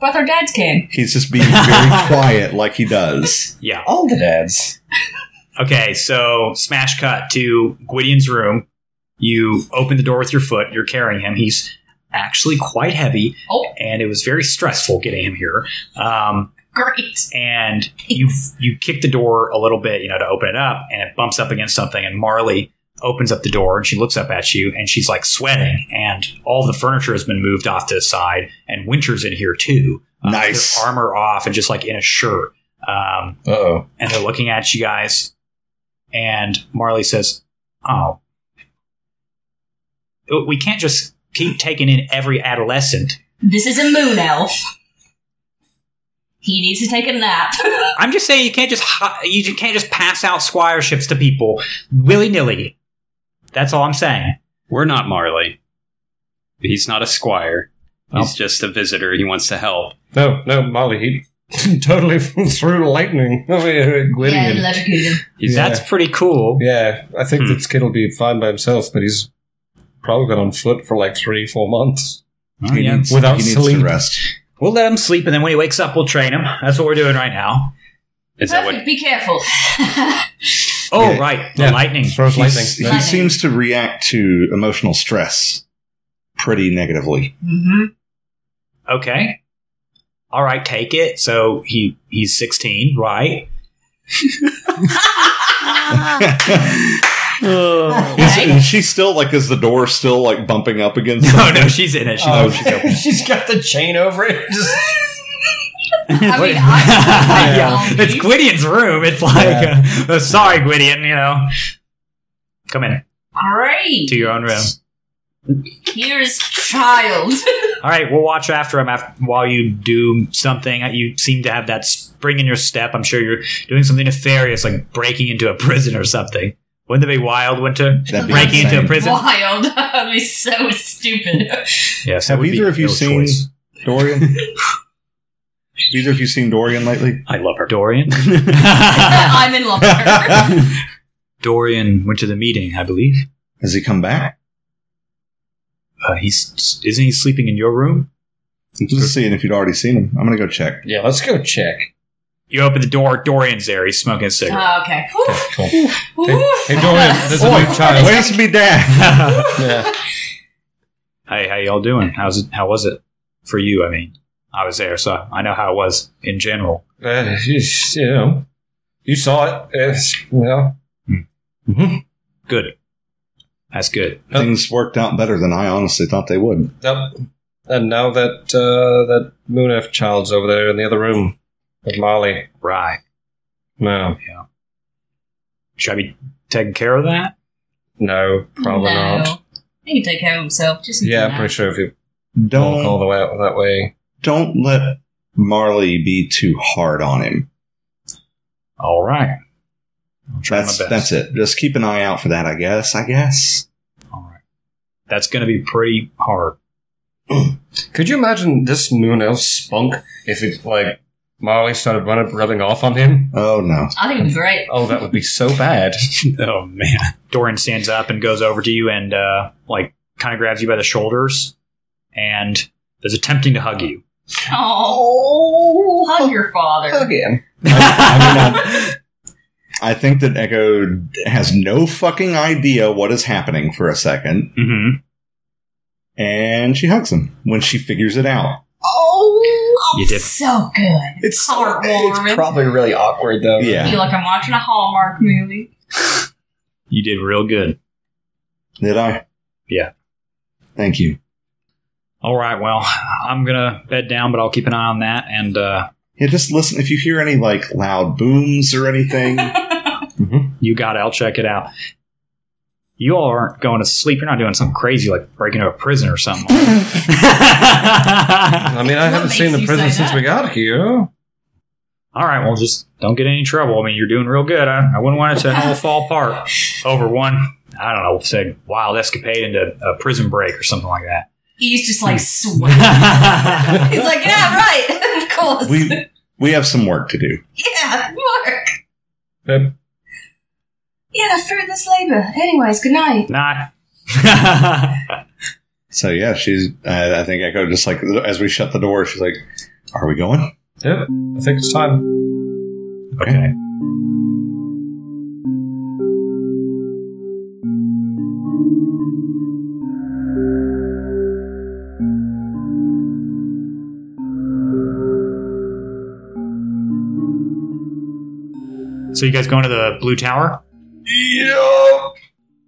Speaker 1: Both our dads came.
Speaker 3: He's just being very quiet like he does.
Speaker 2: Yeah.
Speaker 10: All the dads.
Speaker 2: Okay, so smash cut to Gwydion's room. You open the door with your foot. You're carrying him. He's actually quite heavy,
Speaker 1: Oh.
Speaker 2: and it was very stressful getting him here. Um,
Speaker 1: Great.
Speaker 2: and you you kick the door a little bit, you know, to open it up, and it bumps up against something. And Marley opens up the door, and she looks up at you, and she's like sweating, and all the furniture has been moved off to the side, and Winter's in here too. Uh, with her
Speaker 3: Nice.
Speaker 2: armor off, and just like in a shirt. Um,
Speaker 10: Uh oh.
Speaker 2: and they're looking at you guys. And Marley says, "Oh, we can't just keep taking in every adolescent.
Speaker 1: This is a moon elf. He needs to take a nap. <laughs>
Speaker 2: I'm just saying you can't just hi- you ju- can't just pass out squireships to people willy nilly. That's all I'm saying.
Speaker 7: We're not Marley. He's not a squire. He's just a visitor. He wants to help.
Speaker 4: No, no, Molly,
Speaker 10: <laughs>
Speaker 4: he totally threw lightning.
Speaker 10: Oh,
Speaker 4: I mean,
Speaker 1: yeah,
Speaker 4: Gwydion.
Speaker 1: electrocute him.
Speaker 7: He's-
Speaker 4: Yeah.
Speaker 2: That's pretty cool.
Speaker 4: Yeah, I think
Speaker 7: Hmm.
Speaker 4: that kid will be fine by himself, but he's probably been on foot for like three, four months.
Speaker 2: Oh, yeah.
Speaker 4: Without
Speaker 3: he needs
Speaker 4: sleep.
Speaker 3: to rest.
Speaker 2: We'll let him sleep, and then when he wakes up, we'll train him. That's what we're doing right now.
Speaker 7: Is that
Speaker 1: Perfect,
Speaker 7: what?
Speaker 1: be careful. <laughs>
Speaker 2: Oh,
Speaker 3: Yeah.
Speaker 2: right, the
Speaker 4: Yeah.
Speaker 2: lightning.
Speaker 4: Throws
Speaker 3: He's-
Speaker 4: lightning.
Speaker 3: He
Speaker 1: Lightning.
Speaker 3: seems to react to emotional stress pretty negatively.
Speaker 1: hmm
Speaker 2: Okay, all right, take it. So he he's 16, right? <laughs> Oh.
Speaker 3: Is- is she still like? Is the door still like bumping up against?
Speaker 2: No,
Speaker 3: something?
Speaker 2: no, she's in it. She's
Speaker 3: Oh,
Speaker 2: in it. <laughs>
Speaker 3: she's open.
Speaker 10: She's got the chain over it. Just
Speaker 1: I
Speaker 2: <laughs>
Speaker 1: mean,
Speaker 2: yeah.
Speaker 1: I,
Speaker 2: it's Gwydion's room. It's like,
Speaker 4: Yeah.
Speaker 2: <laughs> uh, uh, sorry, Gwydion, you know. Come in
Speaker 1: great.
Speaker 2: to your own room.
Speaker 1: Here's child.
Speaker 2: All right, we'll watch after him after, while you do something. You seem to have that spring in your step. I'm sure you're doing something nefarious, like breaking into a <laughs> prison or something. Wouldn't that be wild, Winter?
Speaker 3: That'd be
Speaker 2: breaking into a
Speaker 3: insane.
Speaker 1: <laughs>
Speaker 2: prison?
Speaker 1: Wild. That'd be so stupid. <laughs>
Speaker 2: Yes. that
Speaker 3: Have
Speaker 2: would be
Speaker 3: either of you
Speaker 2: no
Speaker 3: seen
Speaker 2: choice.
Speaker 3: Dorian? either of you seen
Speaker 2: <laughs>
Speaker 3: Dorian lately?
Speaker 7: I love her.
Speaker 3: <laughs>
Speaker 2: Dorian?
Speaker 1: <laughs> I'm in love with her.
Speaker 2: Dorian went to the meeting, I believe.
Speaker 3: Has he come back?
Speaker 2: Uh, he's isn't he sleeping in your room?
Speaker 3: I'm just seeing if you'd already seen him. I'm gonna go check.
Speaker 10: yeah. Let's go check.
Speaker 2: You open the door. Dorian's there. He's smoking a cigarette.
Speaker 1: Oh, okay. Whew. <laughs>
Speaker 10: Cool.
Speaker 1: Whew.
Speaker 4: Hey,
Speaker 1: <laughs>
Speaker 4: Dorian, there's a
Speaker 3: Oh,
Speaker 4: new child.
Speaker 3: Where's me dad?
Speaker 2: <laughs> hey,
Speaker 4: Yeah.
Speaker 2: how y'all doing? How's it? How was it for you? I mean, I was there, so I know how it was in general.
Speaker 4: Uh, <laughs> you, you know, you saw it. Uh, well, Mm-hmm.
Speaker 2: Good. That's good.
Speaker 3: Things worked out better than I honestly thought they would.
Speaker 4: yep. And now that uh, that moon elf child's over there in the other room with Molly.
Speaker 2: Right.
Speaker 4: No,
Speaker 2: Should I be taking care of that?
Speaker 4: no, probably
Speaker 1: no.
Speaker 4: not.
Speaker 1: He can take care of himself. Just
Speaker 4: Yeah, I'm pretty sure if you walk all
Speaker 3: Don't
Speaker 4: the way out that way.
Speaker 3: don't let Marley be too hard on him.
Speaker 2: All right. I'll try
Speaker 3: That's
Speaker 2: my best.
Speaker 3: that's it. Just keep an eye out for that. I guess. I guess.
Speaker 2: All right. That's going to be pretty hard.
Speaker 4: Could you imagine this moon elf spunk if it like Molly started running, rubbing off on him?
Speaker 3: Oh no.
Speaker 1: I think it'd be great.
Speaker 4: Oh, that would be so bad.
Speaker 2: <laughs> oh man. Dorian stands up and goes over to you and uh, like kind of grabs you by the shoulders and is attempting to hug you.
Speaker 1: Oh, hug your father.
Speaker 10: Again.
Speaker 2: uh,
Speaker 1: um,
Speaker 3: <laughs> I think that Echo has no fucking idea what is happening for a second,
Speaker 2: <laughs> mm-hmm.
Speaker 3: and she hugs him when she figures it out.
Speaker 1: Oh,
Speaker 2: You did.
Speaker 1: so good.
Speaker 3: It's
Speaker 1: Heartwarming.
Speaker 10: Probably really awkward though.
Speaker 1: I
Speaker 3: yeah.
Speaker 1: feel like I'm watching a Hallmark movie.
Speaker 2: You did real good.
Speaker 3: Did I?
Speaker 2: Yeah.
Speaker 3: Thank you.
Speaker 2: All right. Well, I'm gonna bed down, but I'll keep an eye on that. And uh,
Speaker 3: Yeah, just listen. If you hear any like loud booms or
Speaker 1: <laughs>
Speaker 3: anything,
Speaker 2: you got it. I'll check it out. You all aren't going to sleep. You're not doing something crazy like breaking into a prison or <laughs> something.
Speaker 4: I mean, I
Speaker 1: What
Speaker 4: haven't
Speaker 1: makes
Speaker 4: seen the
Speaker 1: you
Speaker 4: prison
Speaker 1: say
Speaker 4: since
Speaker 1: that?
Speaker 4: we got here.
Speaker 2: all right. Well, just don't get in any trouble. I mean, you're doing real good. I, I wouldn't want it to all fall apart over one. I don't know. Say wild escapade into a prison break or something like that.
Speaker 1: He's just like sweating.
Speaker 2: <laughs>
Speaker 1: <laughs> He's like, yeah, right, <laughs> of course.
Speaker 3: we we have some work to do.
Speaker 1: yeah, work.
Speaker 4: Yep.
Speaker 1: Yeah, fruitless labor. Anyways, good night.
Speaker 2: Not.
Speaker 3: So yeah, she's. I, I think Echo just like as we shut the door, she's like, "Are we going?"
Speaker 4: Yep. I think it's time.
Speaker 2: Okay. So you guys going to the blue tower?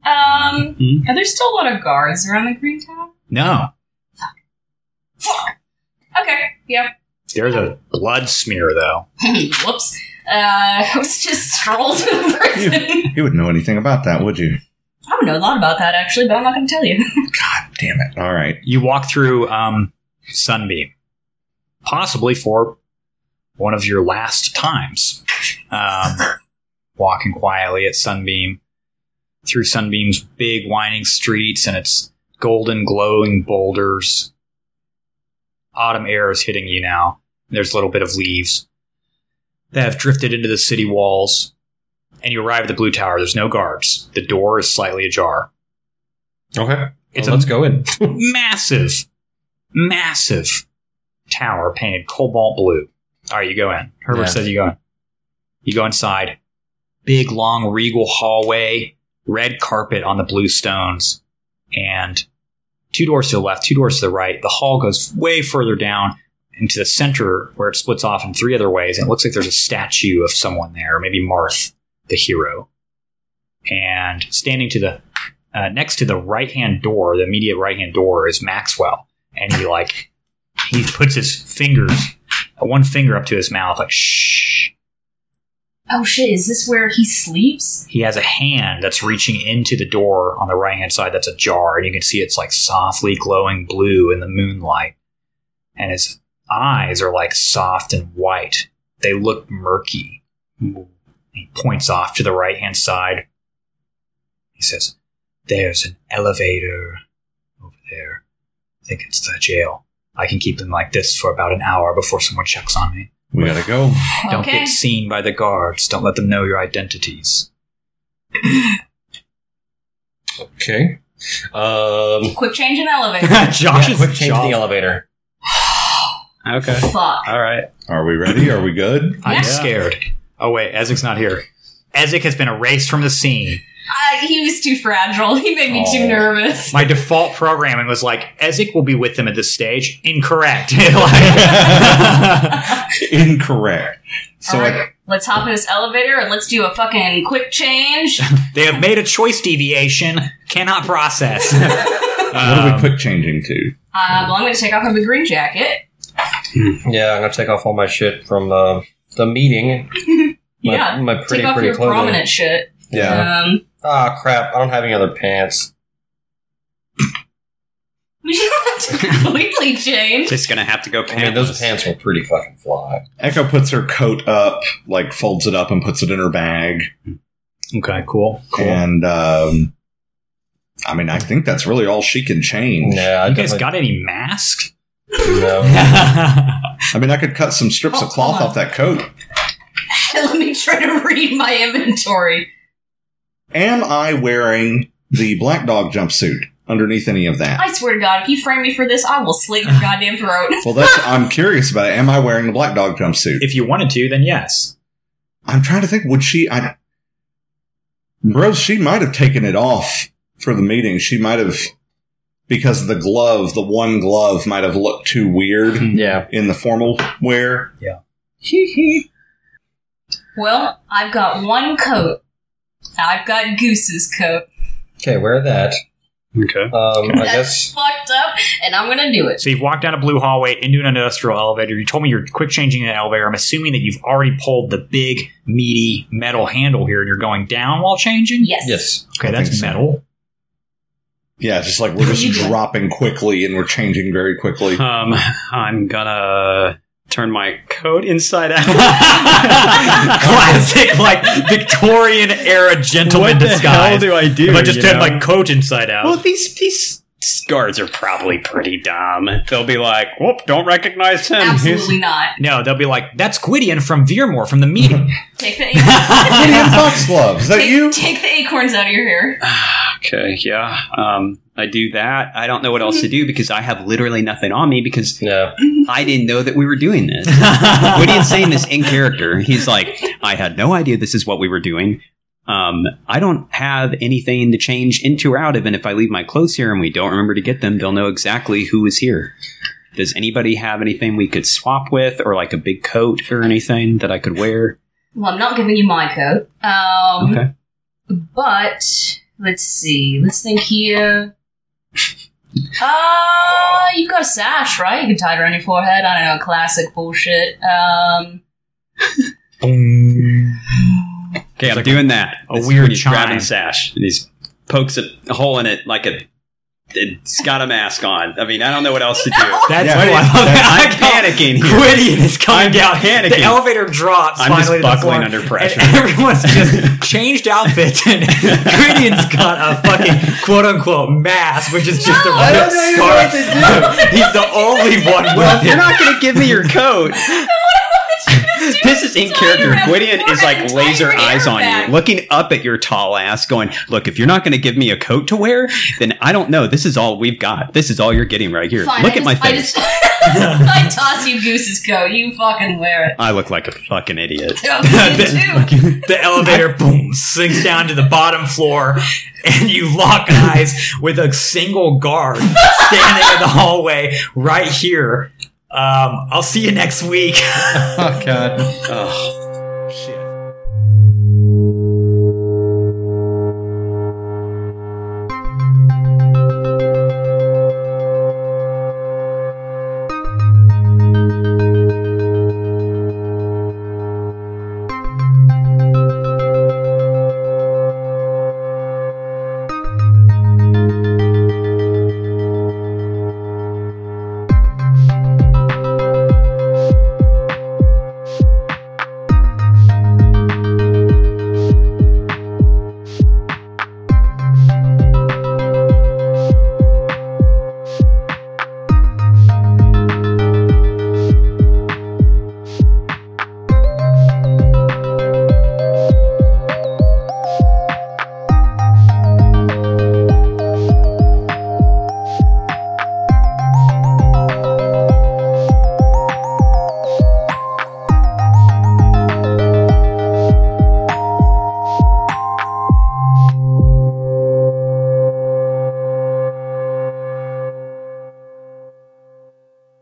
Speaker 1: Um,
Speaker 7: Hmm?
Speaker 1: are there still a lot of guards around the Green Town?
Speaker 2: No.
Speaker 1: Okay, yep.
Speaker 2: There's a blood smear though.
Speaker 1: Whoops. Uh, <laughs> I was just strolled to the person.
Speaker 3: <laughs> You wouldn't know anything about that, would you?
Speaker 1: I don't know a lot about that actually, but I'm not going to tell you.
Speaker 3: God damn it! All right.
Speaker 2: You walk through um, Sunbeam, possibly for one of your last times. Um, walking quietly at Sunbeam through Sunbeam's big winding streets and its golden glowing boulders. Autumn air is hitting you now. There's a little bit of leaves that have drifted into the city walls. And you arrive at the Blue Tower. There's no guards. The door is slightly ajar.
Speaker 4: Okay.
Speaker 2: It's
Speaker 4: Well,
Speaker 2: a
Speaker 4: let's go in.
Speaker 2: massive, massive tower painted cobalt blue. All right, you go in. Herbert
Speaker 10: Yeah.
Speaker 2: says you go in. You go inside. Big, long, regal hallway, red carpet on the blue stones, and two doors to the left, two doors to the right. The hall goes way further down into the center where it splits off in three other ways. And it looks like there's a statue of someone there, maybe Marth, the hero. And standing to the uh, next to the right hand door, the immediate right hand door is Maxwell, and he like he puts his fingers, one finger up to his mouth, like shh.
Speaker 1: Oh shit, is this where he sleeps?
Speaker 2: He has a hand that's reaching into the door on the right hand side that's ajar, and you can see it's like softly glowing blue in the moonlight, and his eyes are like soft and white. They look murky. He points off to the right hand side. He says, There's an elevator over there. I think it's the jail. I can keep them like this for about an hour before someone checks on me.
Speaker 3: We gotta go.
Speaker 2: Don't
Speaker 1: okay.
Speaker 2: get seen by the guards. Don't let them know your identities.
Speaker 10: Okay. Um,
Speaker 1: Quick change in
Speaker 2: <laughs>
Speaker 1: elevator.
Speaker 2: Josh
Speaker 10: yeah,
Speaker 2: is
Speaker 10: quick change to
Speaker 2: Josh-
Speaker 10: the elevator.
Speaker 7: Okay.
Speaker 1: Fuck.
Speaker 7: All right.
Speaker 3: Are we ready? Are
Speaker 1: <laughs>
Speaker 3: we good?
Speaker 2: I'm
Speaker 1: Yeah.
Speaker 2: scared. Oh wait, Ezek's not here. Ezek has been erased from the scene.
Speaker 1: I, he was too fragile. He made me too
Speaker 10: Oh.
Speaker 1: nervous.
Speaker 2: My default programming was like Ezek will be with them at this stage. Incorrect. <laughs> Like-
Speaker 3: Incorrect. So
Speaker 1: All
Speaker 3: like,
Speaker 1: right, let's hop in this elevator and let's do a fucking quick change.
Speaker 2: they have made a choice deviation. Cannot process.
Speaker 3: what are
Speaker 2: Um,
Speaker 3: we quick changing to?
Speaker 1: Uh, well, I'm going to take off my green jacket.
Speaker 10: Yeah, I'm gonna take off all my shit from the the meeting. My,
Speaker 1: yeah,
Speaker 10: my pretty
Speaker 1: take off
Speaker 10: pretty
Speaker 1: your
Speaker 10: clothing.
Speaker 1: prominent shit.
Speaker 10: Yeah.
Speaker 1: Um, <laughs>
Speaker 10: Ah, crap! I don't have any other pants.
Speaker 1: we don't have to completely
Speaker 7: <laughs>
Speaker 1: change.
Speaker 7: Just gonna have to go
Speaker 10: I mean, those pants were pretty fucking fly.
Speaker 3: Echo puts her coat up, like folds it up and puts it in her bag.
Speaker 2: okay, cool.
Speaker 3: And um, I mean, I think that's really all she can change.
Speaker 10: Yeah, I
Speaker 2: You guys
Speaker 10: definitely-
Speaker 2: got any masks?
Speaker 10: no.
Speaker 2: That's
Speaker 3: I mean, I could cut some strips of cloth off that coat.
Speaker 1: <laughs> Let me try to read my inventory.
Speaker 3: Am I wearing the black dog jumpsuit underneath any of that?
Speaker 1: I swear to God, if you frame me for this, I will slit your goddamn throat.
Speaker 3: Well, that's I'm curious about it. Am I wearing the black dog jumpsuit?
Speaker 2: <laughs> if you wanted to, then yes.
Speaker 3: I'm trying to think. Would she? I, Rose, she might have taken it off for the meeting. She might have because the glove, the one glove, might have looked too weird
Speaker 10: Yeah.
Speaker 3: in the formal wear.
Speaker 1: <laughs> Well, I've got one coat. I've got Goose's coat.
Speaker 10: Okay, wear that.
Speaker 7: Okay.
Speaker 10: Um, I
Speaker 1: That's
Speaker 10: guess.
Speaker 1: fucked up, and I'm gonna do it.
Speaker 2: So you've walked down a blue hallway into an industrial elevator. You told me you're quick changing the elevator. I'm assuming that you've already pulled the big, meaty metal handle here, and you're going down while changing.
Speaker 1: Yes.
Speaker 10: Yes.
Speaker 2: Okay,
Speaker 3: I think
Speaker 2: that's
Speaker 3: so.
Speaker 7: <laughs>
Speaker 2: metal. <laughs>
Speaker 3: Yeah, it's just like we're just dropping quickly and we're changing very quickly.
Speaker 7: Um, I'm gonna turn my coat inside
Speaker 2: <laughs>
Speaker 7: out. <laughs>
Speaker 2: Classic, like Victorian era gentleman disguise.
Speaker 7: I do?
Speaker 2: if I just
Speaker 7: you
Speaker 2: turned
Speaker 7: know?
Speaker 2: my coat inside out.
Speaker 7: Well, these these guards are probably pretty dumb. They'll be like, "Whoop! Don't recognize him."
Speaker 10: <laughs>
Speaker 1: Absolutely not.
Speaker 2: no, they'll be like, "That's Gwydion from Veermore from the
Speaker 7: <laughs>
Speaker 2: meeting." <laughs>
Speaker 10: <laughs>
Speaker 1: Take the acorns.
Speaker 3: Gideon Fox gloves. Is that
Speaker 1: take,
Speaker 3: you?
Speaker 1: take the acorns out of your hair.
Speaker 7: Ah, <laughs> Okay, yeah. Um, I do that. I don't know what else to do because I have literally nothing on me because
Speaker 10: No.
Speaker 7: I didn't know that we were doing this. Whitty's saying this in character. He's like, I had no idea this is what we were doing. Um, I don't have anything to change into or out of, and if I leave my clothes here and we don't remember to get them, they'll know exactly who is here. Does anybody have anything we could swap with, or like a big coat or anything that I could wear?
Speaker 1: Well, I'm not giving you my coat. Um,
Speaker 7: Okay.
Speaker 1: But let's see. Let's think here. Uh, you've got a sash, right? You can tie it around your forehead. I don't know, classic bullshit. <laughs> Um,
Speaker 7: Okay, I'm doing that.
Speaker 2: a
Speaker 7: This is
Speaker 2: weird
Speaker 7: when he's grabbing
Speaker 2: chime.
Speaker 7: a sash and he's pokes a, a hole in it like a. It's got a mask on. I mean, I don't know what else to <laughs> do.
Speaker 2: That's
Speaker 3: Yeah,
Speaker 2: what
Speaker 3: Whitty-
Speaker 2: I love.
Speaker 7: I'm
Speaker 2: that.
Speaker 7: panicking here.
Speaker 2: Quillian is coming
Speaker 7: I'm
Speaker 2: down.
Speaker 7: panicking.
Speaker 2: The elevator drops.
Speaker 7: I'm just
Speaker 2: finally to the
Speaker 7: buckling
Speaker 2: floor,
Speaker 7: under
Speaker 2: and <laughs>
Speaker 7: pressure.
Speaker 2: everyone's
Speaker 7: <laughs>
Speaker 2: just changed outfits, and Quillian's got a fucking quote unquote mask, which is just a
Speaker 1: No!
Speaker 3: I
Speaker 2: red
Speaker 3: don't even know what
Speaker 2: scarf. <laughs>
Speaker 3: to do.
Speaker 2: He's the only one
Speaker 7: Well, if
Speaker 2: with
Speaker 7: you're
Speaker 2: it.
Speaker 7: not going to give me your coat. This is in character. Gwydion is like laser eyes on you, looking up at your tall ass, going, Look, if you're not going to give me a coat to wear, then I don't know. This is all we've got. This is all you're getting right here.
Speaker 1: Fine,
Speaker 7: look
Speaker 1: I
Speaker 7: at my
Speaker 1: just- I
Speaker 7: face.
Speaker 1: just- <laughs> I toss
Speaker 7: <laughs>
Speaker 1: you Goose's coat. You fucking wear it.
Speaker 7: I look like a fucking idiot.
Speaker 1: Okay, you too.
Speaker 2: <laughs> The elevator boom sinks down to the bottom floor, and you lock eyes with a single guard standing in the hallway right here. Um, I'll see you next week.
Speaker 4: Oh, God.
Speaker 7: Ugh.